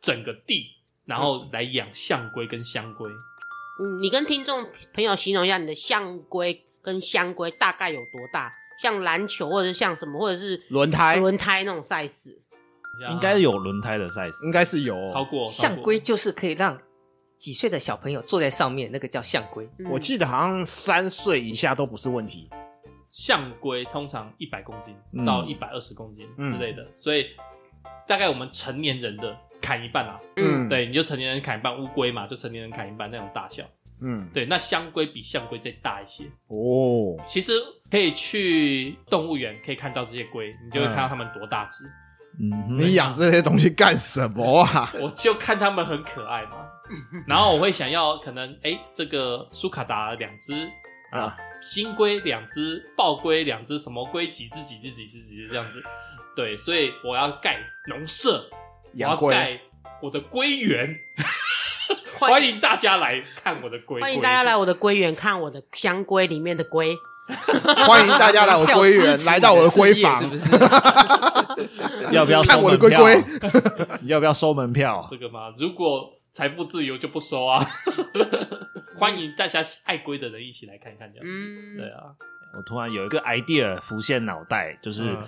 Speaker 4: 整个地，然后来养象龟跟香龟。
Speaker 1: 嗯，你跟听众朋友形容一下你的象龟跟香龟大概有多大？像篮球或者是像什么，或者是
Speaker 5: 轮胎
Speaker 1: 轮胎那种 size。
Speaker 7: 嗯应该有轮胎的 size。
Speaker 5: 应该是有哦，
Speaker 4: 超过超
Speaker 6: 象
Speaker 4: 过
Speaker 6: 龟就是可以让几岁的小朋友坐在上面，那个叫象龟。
Speaker 1: 嗯
Speaker 5: 我记得好像三岁以下都不是问题，
Speaker 4: 象龟通常一百公斤
Speaker 7: 嗯
Speaker 4: 到一百二十公斤
Speaker 5: 嗯
Speaker 4: 之类的，所以大概我们成年人的砍一半啊。
Speaker 1: 嗯，
Speaker 4: 对，你就成年人砍一半，乌龟嘛，就成年人砍一半那种大小。
Speaker 5: 嗯，
Speaker 4: 对，那象龟比象龟再大一些。
Speaker 5: 哦，
Speaker 4: 其实可以去动物园可以看到这些龟，你
Speaker 5: 嗯
Speaker 4: 就会看到它们多大只。
Speaker 7: 嗯哼，
Speaker 5: 你养这些东西干什么啊？
Speaker 4: 我就看它们很可爱嘛，
Speaker 1: 嗯
Speaker 4: 然后我会想要可能哎、诶这个苏卡达两只啊
Speaker 5: 啊，
Speaker 4: 新龟两只，豹龟两只，什么龟几只几只几只几只这样子。对，所以我要盖农舍，我
Speaker 5: 养
Speaker 4: 要
Speaker 5: 龟
Speaker 4: 盖我的龟园。 欢迎大家来看我的龟龟，
Speaker 1: 欢迎大家来我的龟园看我的香龟里面的龟。
Speaker 5: 欢迎大家来我龟园，来到我的龟 房
Speaker 6: 是，不是？
Speaker 7: 要不要收
Speaker 5: 看我的
Speaker 7: 门票
Speaker 5: 龟？
Speaker 7: 要不要收门票
Speaker 4: 这？个吗？如果财富自由就不收啊。 欢迎大家爱龟的人一起来看看，这样。
Speaker 1: 嗯，
Speaker 4: 对啊，
Speaker 7: 我突然有一个 idea 浮现脑袋，就是
Speaker 4: 嗯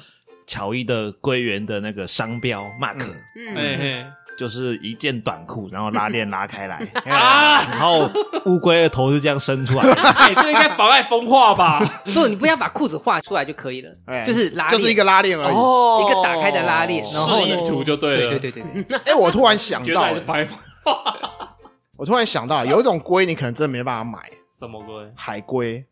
Speaker 7: 乔伊的龟园的那个商标 mark，、
Speaker 5: 嗯
Speaker 1: 嗯，
Speaker 4: 哎嘿嘿，
Speaker 7: 就是一件短裤，然后拉 链拉开来，
Speaker 5: 啊，
Speaker 7: 然后乌龟的头就这样伸出来，
Speaker 4: 哎，这应该妨碍风化吧？
Speaker 6: 不，你不要把裤子画出来就可以了，
Speaker 5: 哎
Speaker 6: 就是拉
Speaker 5: 就
Speaker 6: 链，
Speaker 5: 是一个哦拉链而已。
Speaker 7: 哦
Speaker 6: 一个打开的拉链， 然后
Speaker 4: 示
Speaker 6: 呢？
Speaker 4: 意图就对
Speaker 6: 对
Speaker 4: 了，
Speaker 6: 对对对对，
Speaker 5: 哎，我突然想
Speaker 4: 觉得
Speaker 5: 到
Speaker 4: 还，是妨碍风化。
Speaker 5: 我突然想到，有一种龟你可能真的没办法买，
Speaker 4: 什么龟？
Speaker 5: 海龟，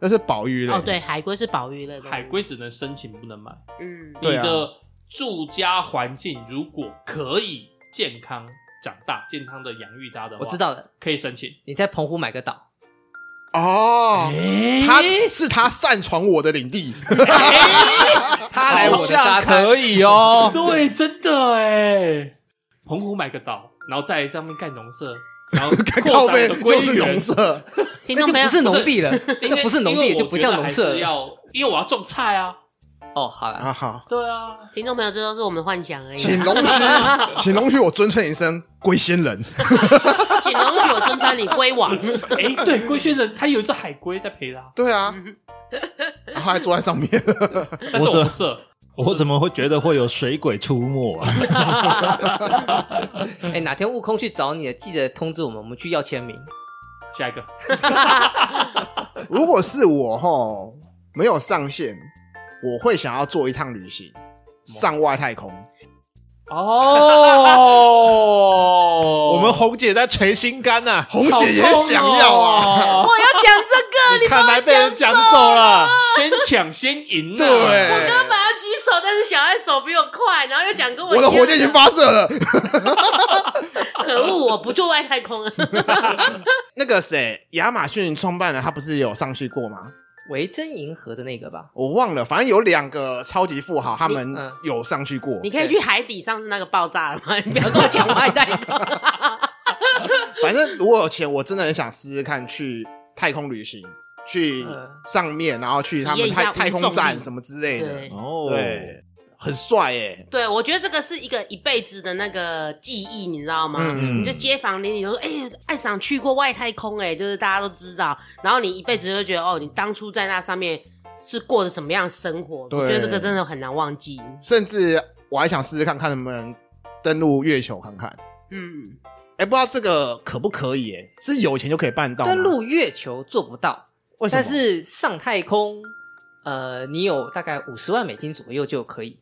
Speaker 5: 那是保育类。
Speaker 1: 哦，对，海龟是保育类的，
Speaker 4: 海，龟只能申请，不能买。
Speaker 1: 嗯，
Speaker 4: 你
Speaker 5: 对啊
Speaker 4: 的住家环境如果可以健康长大、健康的养育它的话，
Speaker 6: 我知道了。
Speaker 4: 可以申请。
Speaker 6: 你在澎湖买个岛，
Speaker 5: 哦，它是它擅闯我的领地，
Speaker 6: 他来我的沙
Speaker 7: 像
Speaker 6: 滩，
Speaker 7: 可以哦。
Speaker 4: 对，真的哎，澎湖买个岛，然后在上面盖农舍，然后
Speaker 5: 靠
Speaker 4: 扩展
Speaker 5: 背
Speaker 4: 你的
Speaker 5: 又
Speaker 4: 龟
Speaker 5: 是
Speaker 4: 园
Speaker 5: 农。舍，
Speaker 1: 听
Speaker 6: 那
Speaker 5: 哎
Speaker 1: 众
Speaker 6: 就
Speaker 1: 朋友
Speaker 6: 不是农地了，
Speaker 4: 因为
Speaker 6: 那不是农
Speaker 4: 因
Speaker 6: 地
Speaker 4: 为我
Speaker 6: 就不叫
Speaker 4: 觉得
Speaker 6: 农
Speaker 4: 还是
Speaker 6: 舍了。
Speaker 4: 要因为我要种菜啊。
Speaker 6: 哦，好了，
Speaker 5: 啊 好，
Speaker 4: 对啊，
Speaker 1: 听众朋友，这都是我们的幻想而已。
Speaker 5: 请容许，请容许我尊称一声龟仙人。
Speaker 1: 啊请容许我尊称你龟 王。
Speaker 4: 哎，对，龟先生他有一只海龟在陪他，
Speaker 5: 对啊，然后还坐在上面，
Speaker 4: 但是我不射，
Speaker 7: 我怎么会觉得会有水鬼出没啊？
Speaker 6: 哎、哪天悟空去找你了，记得通知我们，我们去要签名。
Speaker 4: 下一个，
Speaker 5: 如果是我吼，没有上限，我会想要做一趟旅行，上外太空。
Speaker 7: 我
Speaker 4: 哦
Speaker 7: 们红姐在捶心肝呐、啊，
Speaker 5: 红姐也想要
Speaker 1: 哦
Speaker 5: 啊，
Speaker 4: 哦
Speaker 1: 我 要讲这个，你
Speaker 7: 看来被人讲走了。
Speaker 4: 先抢先赢、啊，
Speaker 1: 根本
Speaker 5: 对，
Speaker 1: 要举手，但是小爱手比我快，然后又讲跟我
Speaker 5: 我
Speaker 1: 一
Speaker 5: 的
Speaker 1: 样
Speaker 5: 火箭已经发射了。
Speaker 1: 可恶，我不做外太空啊！
Speaker 5: 那个谁，亚马逊创办人他不是有上去过吗？
Speaker 6: 维珍银河的那个吧，
Speaker 5: 我忘了，反正有两个超级富豪，他们
Speaker 6: 你嗯
Speaker 5: 有上去过。
Speaker 1: 你可以去海底，上次那个爆炸了吗？ 你不要跟我讲外太空。
Speaker 5: 反正如果有钱，我真的很想试试看去太空旅行，去
Speaker 6: 嗯
Speaker 5: 上面，然后去他们
Speaker 1: 体验一
Speaker 5: 太
Speaker 1: 下
Speaker 5: 太空
Speaker 1: 无重力
Speaker 5: 站什么之类的。
Speaker 1: 对，
Speaker 7: 哦
Speaker 5: 对，很帅 耶！
Speaker 1: 对，我觉得这个是一个一辈子的那个记忆，你知道吗？
Speaker 5: 嗯
Speaker 1: 你就街坊邻里都说，哎、艾赏去过外太空、哎，就是大家都知道，然后你一辈子就会觉得，哦，你当初在那上面是过着什么样的生活？
Speaker 5: 对
Speaker 1: 我觉得这个真的很难忘记。
Speaker 5: 甚至我还想试试看看能不能登陆月球看看。
Speaker 1: 嗯，
Speaker 5: 哎、不知道这个可不可以、耶是有钱就可以办到吗？
Speaker 6: 登陆月球做不到，
Speaker 5: 为什么？
Speaker 6: 但是上太空，呃，你有大概五十万美金左右就可以，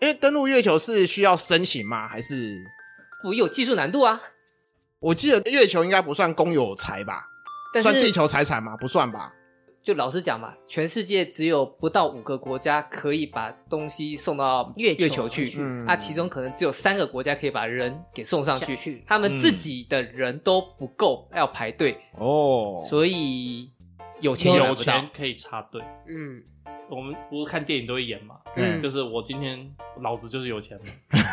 Speaker 5: 因为登陆月球是需要申请吗？还是
Speaker 6: 不有技术难度啊。
Speaker 5: 我记得月球应该不算公有财吧？
Speaker 6: 但
Speaker 5: 算地
Speaker 6: 是
Speaker 5: 球财产吗？不算吧。
Speaker 6: 就老实讲嘛，全世界只有不到五个国家可以把东西送到
Speaker 1: 月球
Speaker 6: 月球去，
Speaker 5: 嗯
Speaker 6: 啊，其中可能只有三个国家可以把人给送上去，
Speaker 1: 下去
Speaker 6: 他
Speaker 5: 嗯
Speaker 6: 们自己的人都不够，要排队，
Speaker 5: 哦
Speaker 6: 所以有钱也买
Speaker 4: 有
Speaker 6: 不到
Speaker 4: 钱可以插队。
Speaker 1: 嗯，
Speaker 4: 我们不是看电影都会演嘛，
Speaker 1: 嗯
Speaker 4: 就是我今天老子就是有钱嘛，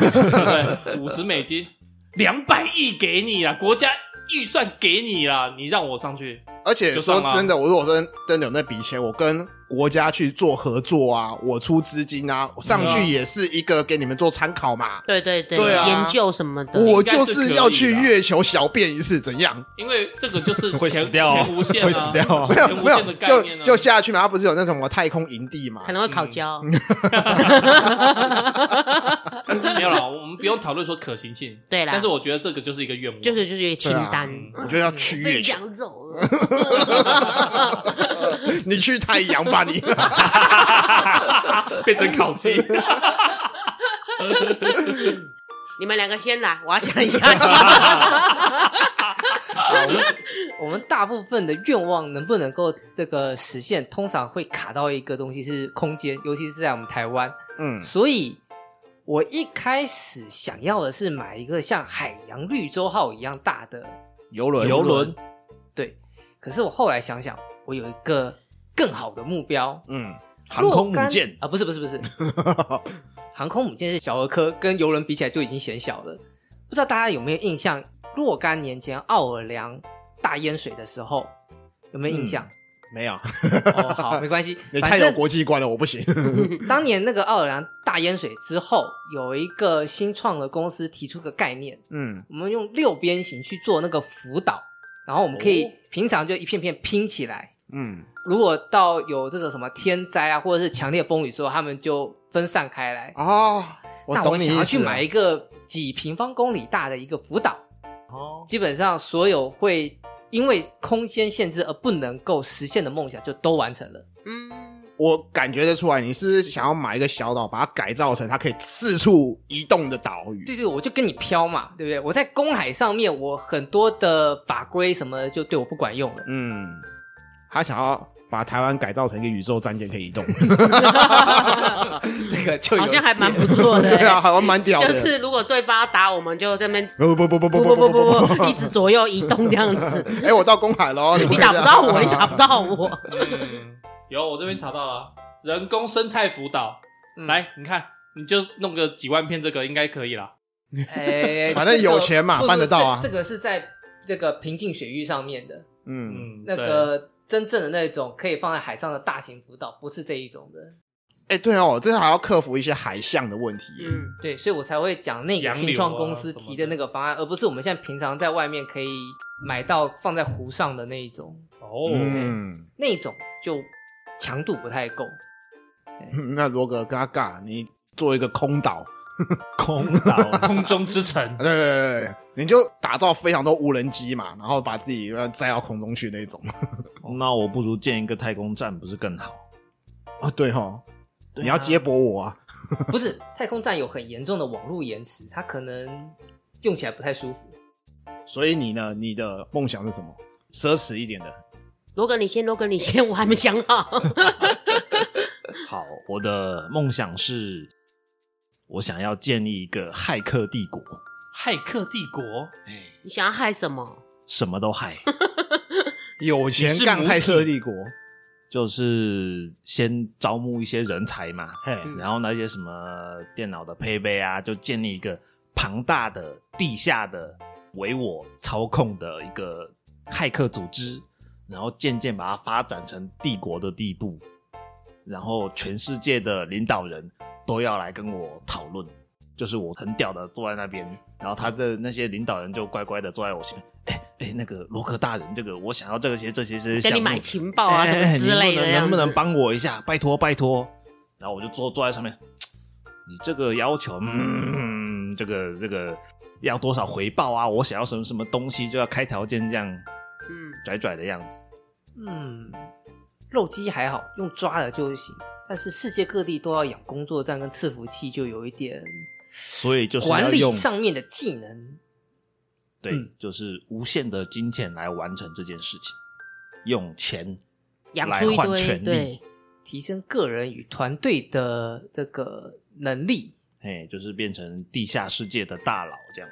Speaker 4: 对五十美金，两百亿给你啦，国家预算给你啦，你让我上去，
Speaker 5: 而且
Speaker 4: 就
Speaker 5: 说
Speaker 4: 上吗
Speaker 5: 真的，我如果真真的有那笔钱，我跟国家去做合作啊，我出资金啊，上去也是一个给你们做参考嘛。
Speaker 1: 对对对，
Speaker 5: 对啊
Speaker 1: 研究什么
Speaker 6: 嗯
Speaker 1: 的，
Speaker 5: 我
Speaker 4: 应该
Speaker 5: 就是是要去
Speaker 4: 可以的
Speaker 5: 月球小便一次，怎样？
Speaker 4: 因为这个就是
Speaker 7: 会
Speaker 4: 钱
Speaker 7: 死掉哦
Speaker 4: 钱无限啊，
Speaker 7: 会死掉哦
Speaker 5: 没有
Speaker 4: 钱无
Speaker 5: 没有
Speaker 4: 限的，概念
Speaker 5: 就
Speaker 4: 啊，
Speaker 5: 就下去嘛。它不是有那种什么太空营地嘛
Speaker 1: 可？能会烤焦。
Speaker 4: 没有啦，我们不用讨论说可行性，
Speaker 1: 对啦
Speaker 4: 但是我觉得这个就是一个愿望，嗯
Speaker 1: 就是就是一个清
Speaker 5: 对啊
Speaker 1: 单。
Speaker 5: 我就要去
Speaker 1: 被
Speaker 5: 月球，
Speaker 1: 抢走了，
Speaker 5: 你去太阳吧你。
Speaker 4: 变成 烤鸡。
Speaker 1: 你们两个先来，我要想一 下。
Speaker 6: 我们大部分的愿望能不能够这个实现，通常会卡到一个东西是空间，尤其是在我们台湾。
Speaker 5: 嗯，
Speaker 6: 所以，我一开始想要的是买一个像海洋绿洲号一样大的，
Speaker 5: 游轮
Speaker 7: 游轮，
Speaker 6: 对。可是我后来想想，我有一个更好的目标，
Speaker 5: 嗯，
Speaker 7: 航空
Speaker 6: 若
Speaker 7: 母
Speaker 6: 干
Speaker 7: 舰
Speaker 6: 啊，不是不是 不是，航空母舰是小儿科，跟游轮比起来就已经显小了。不知道大家有没有印象？若干年前奥尔良大淹水的时候，有没有印象？
Speaker 5: 没有，
Speaker 6: 哦，好，没关系
Speaker 5: 你，太
Speaker 6: 反
Speaker 5: 有
Speaker 6: 正
Speaker 5: 国际观了，我不行。
Speaker 6: 当年那个奥尔良大淹水之后，有一个新创的公司提出个概念，
Speaker 5: 嗯，
Speaker 6: 我们用六边形去做那个辅导，然后我们可
Speaker 5: 哦
Speaker 6: 以平常就一片片拼起来。
Speaker 5: 嗯，
Speaker 6: 如果到有这个什么天灾啊，或者是强烈风雨之后，他们就分散开来。
Speaker 5: 哦，我
Speaker 6: 那
Speaker 5: 懂
Speaker 6: 我
Speaker 5: 你
Speaker 6: 想要
Speaker 5: 意
Speaker 6: 去
Speaker 5: 思了
Speaker 6: 买一个几平方公里大的一个辅导，
Speaker 7: 哦，
Speaker 6: 基本上所有会因为空间限制而不能够实现的梦想就都完成了。
Speaker 1: 嗯，
Speaker 5: 我感觉得出来，你是不是想要买一个小岛，把它改造成它可以四处移动的岛屿？
Speaker 6: 对对，我就跟你飘嘛，对不对？我在公海上面，我很多的法规什么的就对我不管用了。
Speaker 5: 嗯，他想要把台湾改造成一个宇宙战舰可 以移动。
Speaker 6: 这个就有
Speaker 1: 好像还蛮
Speaker 6: 点
Speaker 1: 不错的、
Speaker 5: 对啊，好像蛮屌的。
Speaker 1: 就是如果对方要打我们，就这边
Speaker 5: 不不不
Speaker 1: 不不
Speaker 5: 不不
Speaker 1: 不
Speaker 5: 不不不
Speaker 1: 不
Speaker 5: 不
Speaker 1: 不，一直左右移动这样子。
Speaker 5: 哎，我到公海喽，你
Speaker 1: 你
Speaker 5: 们
Speaker 1: 打
Speaker 5: 这
Speaker 1: 不
Speaker 5: 样
Speaker 1: 到我，你打不到 我。
Speaker 4: 嗯，有，我这边查到了人工生态辅导，
Speaker 6: 嗯
Speaker 4: 来，你看，你就弄个几万片，这个应该可以啦。
Speaker 6: 哎，
Speaker 5: 反正有钱嘛
Speaker 6: 这个
Speaker 5: 办得到啊
Speaker 6: 不不这这个是在那个平静水域上面的，
Speaker 5: 嗯，
Speaker 4: 嗯，
Speaker 6: 那
Speaker 4: 对
Speaker 6: 个真正的那种可以放在海上的大型浮岛，不是这一种的。
Speaker 5: 哎，对哦，这还要克服一些海象的问题。
Speaker 1: 嗯，
Speaker 6: 对，所以我才会讲那个
Speaker 4: 洋流啊
Speaker 6: 新创公司提的那个方案，而不是我们现在平常在外面可以买到放在湖上的那一种，
Speaker 4: 哦，
Speaker 5: 嗯，
Speaker 6: 那一种就强度不太够。
Speaker 5: 嗯那罗格跟他尬，你做一个空岛，啊
Speaker 7: 空岛，
Speaker 4: 空中之城
Speaker 5: 对对对对对，你就打造非常多无人机嘛，然后把自己呃载到空中去那种。
Speaker 7: 那我不如建一个太空站，不是更好？
Speaker 5: 哦，对哈，你要接驳我啊，
Speaker 6: 不是太空站有很严重的网络延迟，它可能用起来不太舒服。
Speaker 5: 所以你呢，你的梦想是什么？奢侈一点的，
Speaker 1: 罗哥你先，罗哥你先，我还没想好。
Speaker 7: 好，我的梦想是，我想要建立一个骇客帝国，
Speaker 4: 骇客帝国，
Speaker 1: 你想要害什么？
Speaker 7: 什么都害，
Speaker 5: 有钱
Speaker 4: 你是
Speaker 5: 干
Speaker 4: 母
Speaker 5: 骇
Speaker 4: 体
Speaker 5: 客帝国，
Speaker 7: 就是先招募一些人才嘛，
Speaker 5: 嘿，，
Speaker 6: 嗯
Speaker 7: 然后那些什么电脑的配备啊，就建立一个庞大的地下的唯我操控的一个骇客组织，然后渐渐把它发展成帝国的地步，然后全世界的领导人都要来跟我讨论，就是我很屌的坐在那边，然后他的那些领导人就乖乖的坐在我前面，哎哎，那个罗克大人，这个我想要这个些这些这些项
Speaker 1: 跟
Speaker 7: 目，
Speaker 1: 你买情报啊什么之类的
Speaker 7: 哎哎
Speaker 1: 这
Speaker 7: 你
Speaker 1: 样
Speaker 7: 能
Speaker 1: 子，
Speaker 7: 不能能不能帮我一下？拜托拜托。然后我就坐坐在上面，你这个要求，嗯，这个这个要多少回报啊？我想要什么什么东西，就要开条件，这样
Speaker 1: 嗯，
Speaker 7: 拽拽的样子。
Speaker 6: 嗯，肉鸡还好，用抓的就行。但是世界各地都要养工作站跟伺服器，就有一点
Speaker 7: 所以就是要
Speaker 6: 管理
Speaker 7: 用
Speaker 6: 上面的技能。
Speaker 7: 对，
Speaker 6: 嗯
Speaker 7: 就是无限的金钱来完成这件事情，用钱
Speaker 1: 养
Speaker 7: 来
Speaker 1: 出一
Speaker 7: 换
Speaker 1: 堆
Speaker 7: 权
Speaker 1: 对
Speaker 7: 利。
Speaker 6: 提升个人与团队的这个能力。
Speaker 7: 哎，就是变成地下世界的大佬这样。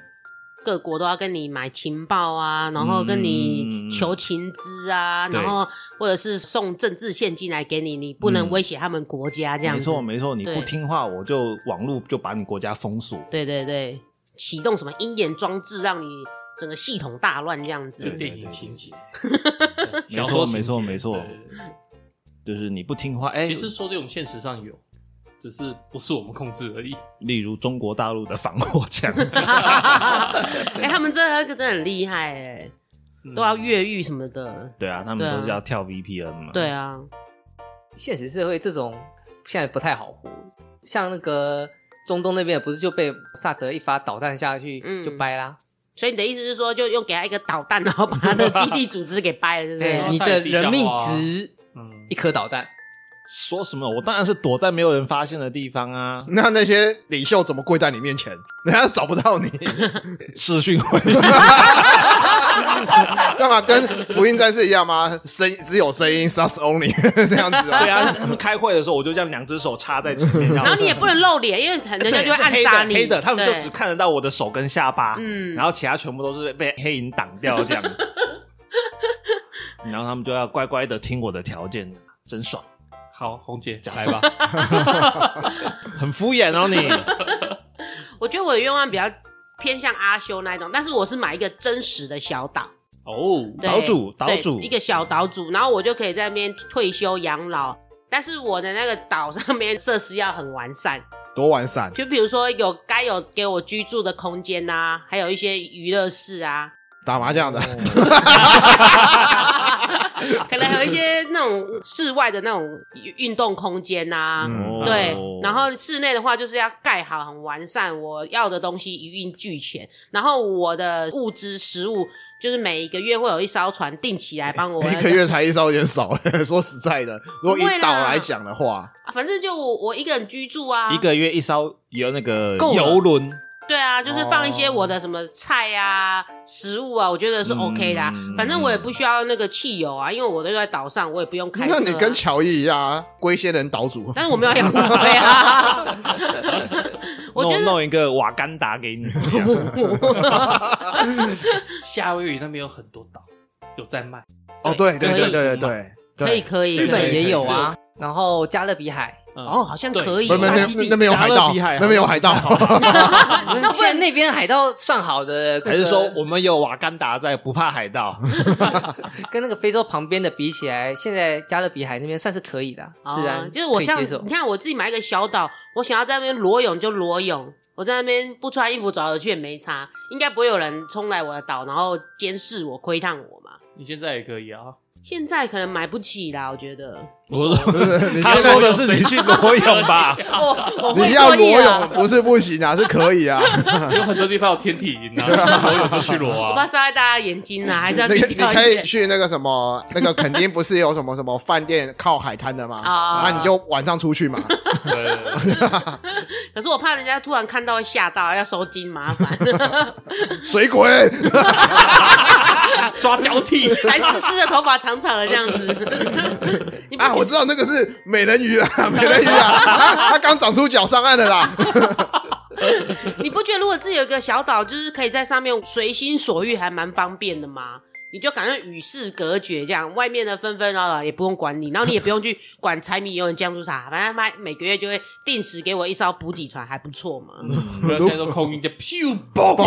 Speaker 1: 各国都要跟你买情报啊，然后跟你求情资啊，
Speaker 7: 嗯
Speaker 1: 然后或者是送政治现金来给你，你不能
Speaker 7: 嗯
Speaker 1: 威胁他们国家这样
Speaker 7: 没
Speaker 1: 子。
Speaker 7: 错没错，你
Speaker 1: 对
Speaker 7: 不听话，我就网络就把你国家封锁。
Speaker 1: 对对对，启动什么鹰眼装置，让你整个系统大乱这样
Speaker 4: 就
Speaker 1: 子。
Speaker 4: 电影情节，
Speaker 7: 没
Speaker 4: 小
Speaker 7: 错
Speaker 4: 说情
Speaker 7: 没错
Speaker 4: 节
Speaker 7: 没错
Speaker 4: 对对对
Speaker 7: 就是你不听话，哎、
Speaker 4: 其实说对我们现实上有，只是不是我们控制而已。
Speaker 7: 例如中国大陆的防火 墙，
Speaker 1: 哎、他们真的这个真的很厉害哎、
Speaker 7: 嗯
Speaker 1: 都要越狱什么的。
Speaker 7: 对啊，他们
Speaker 1: 对啊
Speaker 7: 都是要跳 VPN 嘛，
Speaker 1: 对啊，
Speaker 6: 现实社会这种现在不太好活，像那个中东那边不是就被萨德一发导弹下去、
Speaker 1: 嗯
Speaker 6: 就掰啦？
Speaker 1: 所以你的意思是说，就用给他一个导弹，然后把他的基地组织给掰了，对不对？
Speaker 7: 啊
Speaker 6: 你的人命
Speaker 4: 哦
Speaker 6: 值
Speaker 4: 嗯
Speaker 6: 一，颗导弹，
Speaker 7: 说什么我当然是躲在没有人发现的地方啊
Speaker 5: 那那些领袖怎么跪在你面前？人家找不到你，
Speaker 7: 视讯会，
Speaker 5: 干嘛跟福音战士一样吗？声只有声音，sus only 这样子
Speaker 7: 对
Speaker 5: 啊。
Speaker 7: 啊，他们开会的时候我就这样两只手插在前面，然
Speaker 1: 然后你也不能露脸，因为人家就会暗杀你。
Speaker 7: 黑的，他们就
Speaker 1: 对
Speaker 7: 只看得到我的手跟下巴，
Speaker 1: 嗯
Speaker 7: 然后其他全部都是被黑影挡 掉这样，然后他们就要乖乖的听我的条件，真爽，
Speaker 4: 好，红姐来吧。
Speaker 7: 很敷衍 哦你，
Speaker 1: 我觉得我的愿望比较偏向阿修那一种，但是我是买一个真实的小岛，
Speaker 4: 哦，
Speaker 1: 对
Speaker 7: 岛主岛
Speaker 1: 对
Speaker 7: 主
Speaker 1: 一个小岛主，然后我就可以在那边退休养老。但是我的那个岛上面设施要很完善，
Speaker 5: 多完善，
Speaker 1: 就比如说有该有给我居住的空间呐、还有一些娱乐室 啊，
Speaker 5: 打麻将的，
Speaker 1: 可能还有一些那种室外的那种运动空间啊呐、
Speaker 5: 嗯
Speaker 1: 对
Speaker 7: 哦，
Speaker 1: 然后室内的话就是要盖好很完善，我要的东西一应俱全。然后我的物资食物，就是每一个月会有一艘船定期来 帮我。
Speaker 5: 一个月才一艘有点少。 说实在的，如果以
Speaker 1: 不会啦
Speaker 5: 岛来讲的话，
Speaker 1: 啊，反正就我我一个人居住啊，
Speaker 7: 一个月一艘有那个
Speaker 6: 够了
Speaker 7: 游轮。
Speaker 1: 对啊，就是放一些我的什么菜啊、食物啊，我觉得是 OK 的、啊。
Speaker 7: 嗯
Speaker 1: 反正我也不需要那个汽油啊，因为我都在岛上，我也不用开车、
Speaker 5: 那
Speaker 1: 啊。
Speaker 5: 你跟乔伊一样啊，龟仙人岛主。
Speaker 1: 但是我没有养乌龟啊， 我觉
Speaker 7: 弄
Speaker 1: 得
Speaker 7: 弄一个瓦干达给你，这样
Speaker 4: 夏威夷那边有很多岛有在卖，
Speaker 5: 哦，对对
Speaker 1: 可以
Speaker 5: 对对对
Speaker 1: 可以
Speaker 5: 对，
Speaker 1: 可以，
Speaker 6: 日本
Speaker 1: 可以
Speaker 6: 也有啊，然后加勒 比海，
Speaker 4: 嗯
Speaker 1: 哦，好像
Speaker 4: 对
Speaker 1: 可以
Speaker 5: 不
Speaker 1: 哦，
Speaker 5: 是那
Speaker 7: 西
Speaker 5: 边
Speaker 7: 地
Speaker 5: 那边有
Speaker 7: 加
Speaker 5: 海
Speaker 7: 勒
Speaker 5: 盗，
Speaker 7: 比海
Speaker 5: 那边有海盗，
Speaker 1: 啊
Speaker 6: 现在那边海盗算好 的，
Speaker 7: 还是说我们有瓦干达在，不怕海盗？
Speaker 6: 跟那个非洲旁边的比起来，现在加勒比海那边算是可以的，啊
Speaker 1: 哦
Speaker 6: 自然
Speaker 1: 就是我
Speaker 6: 可以
Speaker 1: 像
Speaker 6: 接受
Speaker 1: 你。看我自己买一个小岛，我想要在那边裸泳就裸泳，我在那边不穿衣服走来走去也没差，应该不会有人冲来我的岛然后监视我窥探我嘛。
Speaker 4: 你现在也可以啊。
Speaker 1: 现在可能买不起啦，我觉得。
Speaker 7: 我说
Speaker 5: 不是你
Speaker 7: 他
Speaker 5: 是
Speaker 7: 说的是 你去裸泳 吧？
Speaker 1: 我 我会
Speaker 5: 你要
Speaker 1: 作
Speaker 5: 裸
Speaker 1: 业啊
Speaker 5: 泳，不是不 行啊，是可以啊。
Speaker 4: 有很多地方有天体营啊，想裸泳就去裸
Speaker 1: 我怕
Speaker 4: 啊。
Speaker 1: 伤害大家眼睛啊，还是要
Speaker 5: 那个
Speaker 1: 低
Speaker 5: 你
Speaker 1: 调一
Speaker 5: 可以
Speaker 1: 点。
Speaker 5: 去那个什么，那个肯定不是有什么什么饭店靠海滩的吗？
Speaker 1: 啊
Speaker 5: 啊，你就晚上出去嘛。
Speaker 4: 对对对对
Speaker 1: 可是我怕人家突然看到会吓到，要收金麻烦，
Speaker 5: 水鬼，
Speaker 4: 抓交替，
Speaker 1: 还 湿湿的头发长长的这样子。你不
Speaker 5: 啊，我知道那个是美人鱼啊，美人鱼 啊，啊它刚长出脚上岸了啦。
Speaker 1: 你不觉得如果自己有一个小岛，就是可以在上面随心所欲，还蛮方便的吗？你就感觉与世隔绝，这样外面的纷纷扰扰也不用管你，然后你也不用去管柴米油盐酱醋茶，反正妈每个月就会定时给我一艘补给船，还不错嘛。
Speaker 4: 不啊要现在都空运就咻
Speaker 5: 哦
Speaker 4: 嘣，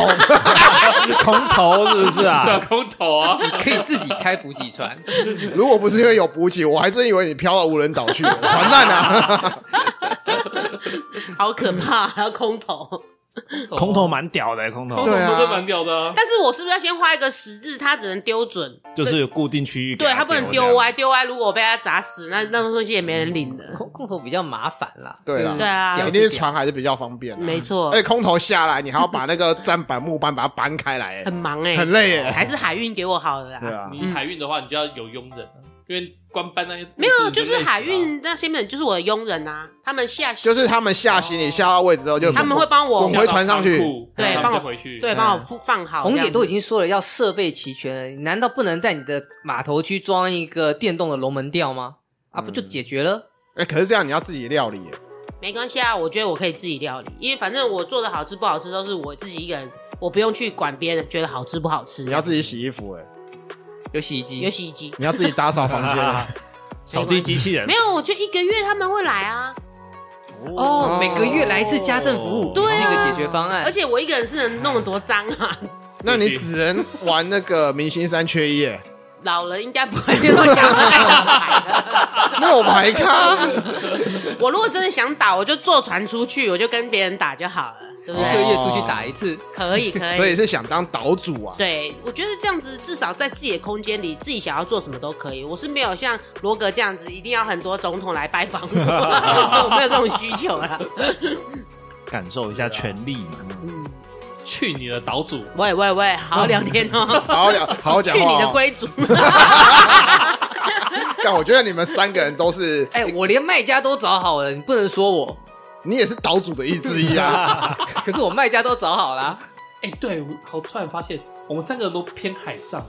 Speaker 7: 空投是不是
Speaker 4: 对啊，
Speaker 7: 啊？
Speaker 4: 空投啊，
Speaker 6: 可以自己开补给 船。
Speaker 5: 如果不是因为有补给，我还真以为你飘到无人岛去 了，船难啊！
Speaker 1: 好可怕，还要空投。
Speaker 7: 空投蛮屌的，空
Speaker 4: 空
Speaker 7: 投
Speaker 4: 投
Speaker 5: 对啊
Speaker 4: 都蛮屌的啊。
Speaker 1: 但是我是不是要先画一个十字，它只能丢准，
Speaker 7: 就是有固定区域给
Speaker 1: 对
Speaker 7: 他丢，
Speaker 1: 它不能丢歪，丢啊歪如果我被它砸死，那那种东西也没人领的。
Speaker 6: 空空投比较麻烦啦，
Speaker 5: 对啦
Speaker 1: 对啊
Speaker 5: 肯定是船还是比较方便啊。
Speaker 1: 没错
Speaker 5: 嗯哎，空投下来，你还要把那个站板木板把它搬开来
Speaker 1: 很，忙哎、
Speaker 5: 哎很累 耶。
Speaker 1: 还是海运给我好了啦。
Speaker 5: 对啊，
Speaker 4: 你海运的话，你就要有佣人啊，因为官班那些
Speaker 1: 没有，就是
Speaker 4: 累死了啊
Speaker 1: 海运那些人就是我的佣人啊，他们下
Speaker 5: 就是他们下行李下到位置之后，就
Speaker 1: 他们会帮我
Speaker 5: 滚回船哦上去
Speaker 4: 下到仓库
Speaker 1: 对
Speaker 4: 然后
Speaker 1: 帮我
Speaker 4: 再回去。嗯
Speaker 1: 对，帮我放放好。
Speaker 6: 红姐都已
Speaker 1: 经
Speaker 6: 经说了要设备齐全了，你难道不能在你的码头区装一个电动的龙门吊吗？啊，
Speaker 1: 嗯
Speaker 6: 不就解决了？
Speaker 5: 哎，可是这样你要自己料理耶，
Speaker 1: 没关系啊，我觉得我可以自己料理，因为反正我做的好吃不好吃都是我自己一个人，我不用去管别人觉得好吃不好吃。
Speaker 5: 你要自己洗衣服，哎，
Speaker 6: 有洗衣
Speaker 1: 有
Speaker 6: 机，
Speaker 1: 洗衣机
Speaker 5: 你要自己打扫房间 啊。
Speaker 7: 扫地机器人
Speaker 1: 没。有？我就一个月他们会来啊，
Speaker 6: 哦，每个月来一次家政服务，
Speaker 1: 对啊
Speaker 6: 是一个解决方案。
Speaker 1: 而且我一个人是能弄得多脏啊。
Speaker 5: 那 你只能玩那个明星三缺一， 哎
Speaker 1: 老了应该不会那么想太早买 的。
Speaker 5: 那我排咖。
Speaker 1: 我如果真的想打，我就坐船出去，我就跟别人打就好了，对不
Speaker 6: 一
Speaker 1: 对？
Speaker 6: 个月出去打一次，
Speaker 1: 可以，可以。
Speaker 5: 所以是想当岛主啊？，
Speaker 1: 对，我觉得这样子至少在自己的空间里，自己想要做什么都可以。我是没有像罗格这样子，一定要很多总统来拜 访我，我没有这种需求啦。
Speaker 7: 感受一下权力嘛。
Speaker 1: 嗯，
Speaker 4: 去你的岛主，
Speaker 1: 喂喂喂，好好聊天 哦
Speaker 5: 好好聊，好好讲
Speaker 1: 去
Speaker 5: 话、哦。
Speaker 1: 你的归族。
Speaker 5: 干！我觉得你们三个人都 是，
Speaker 6: 哎，我连卖家都找好了，你不能说我，
Speaker 5: 你也是岛主的一之一啊。
Speaker 6: 可是我卖家都找好啊啦。
Speaker 4: 哎，对，我好突然发现，我们三个人都偏海上，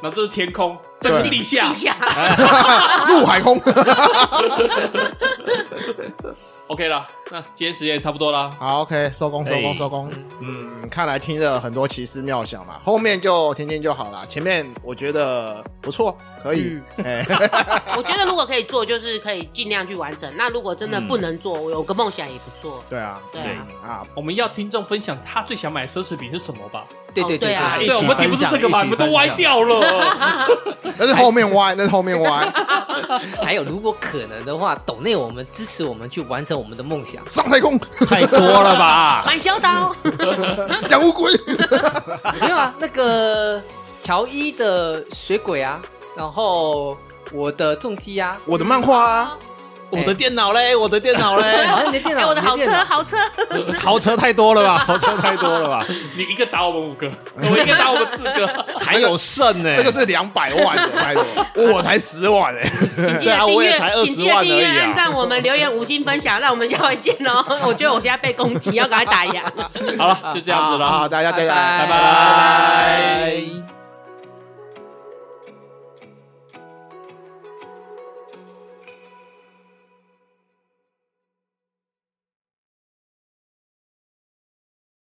Speaker 4: 然后这是天空，这个是地下
Speaker 1: 地。下，
Speaker 5: 陆海空。
Speaker 4: OK 了，那今天时间也差不多啦。
Speaker 5: 好，OK，收工，收工，
Speaker 7: 哎
Speaker 5: 收工。嗯，看来听了很多奇思妙想嘛，后面就听听就好啦。前面我觉得不错，可以。哎、
Speaker 1: 我觉得如果可以做，就是可以尽量去完成。那如果真的不能做，我有个梦想也不错。
Speaker 5: 对啊，
Speaker 1: 对啊，
Speaker 5: 啊，
Speaker 4: 我们要听众分享他最想买的奢侈品是什么吧？
Speaker 6: 对
Speaker 1: 哦
Speaker 6: 对
Speaker 1: 对啊
Speaker 6: 对，
Speaker 1: 一
Speaker 4: 对，我们题不是这个吧？你们都歪。掉了。
Speaker 5: 那是后面歪，那是后面歪。
Speaker 6: 还有，如果可能的话，抖内我们支持我们去完成我们的梦想。
Speaker 5: 上太空
Speaker 7: 太多了吧？
Speaker 1: 买小岛，
Speaker 5: 养乌龟，
Speaker 6: 没有啊，那个乔伊的水鬼啊，然后我的重击啊，
Speaker 5: 我的漫画啊，
Speaker 7: 我的电脑嘞，我的电脑嘞，
Speaker 6: 好像你的电
Speaker 1: 哎，
Speaker 6: 脑，
Speaker 1: 我的好
Speaker 6: 你
Speaker 1: 车
Speaker 6: 电脑，
Speaker 1: 好车，
Speaker 7: 豪车太多了吧？豪车太多了 吧？
Speaker 4: 你一个打我们 五个，我一个打我们四个。
Speaker 7: 还有剩呢？
Speaker 5: 这个是两百万的，拜托，我才十万哎、
Speaker 1: 请记
Speaker 7: 对
Speaker 1: 得
Speaker 7: 啊
Speaker 1: 订
Speaker 7: 我也
Speaker 1: 阅
Speaker 7: 才，20
Speaker 1: 请记得订阅、
Speaker 7: 万而已啊
Speaker 1: 按赞我们、留言、五星分享，让我们下回见哦。我觉得我现在被攻击，要赶快打烊。
Speaker 4: 好了，就这样子了。
Speaker 5: 啊好，好大家再见，
Speaker 6: 拜
Speaker 4: 拜
Speaker 6: 拜。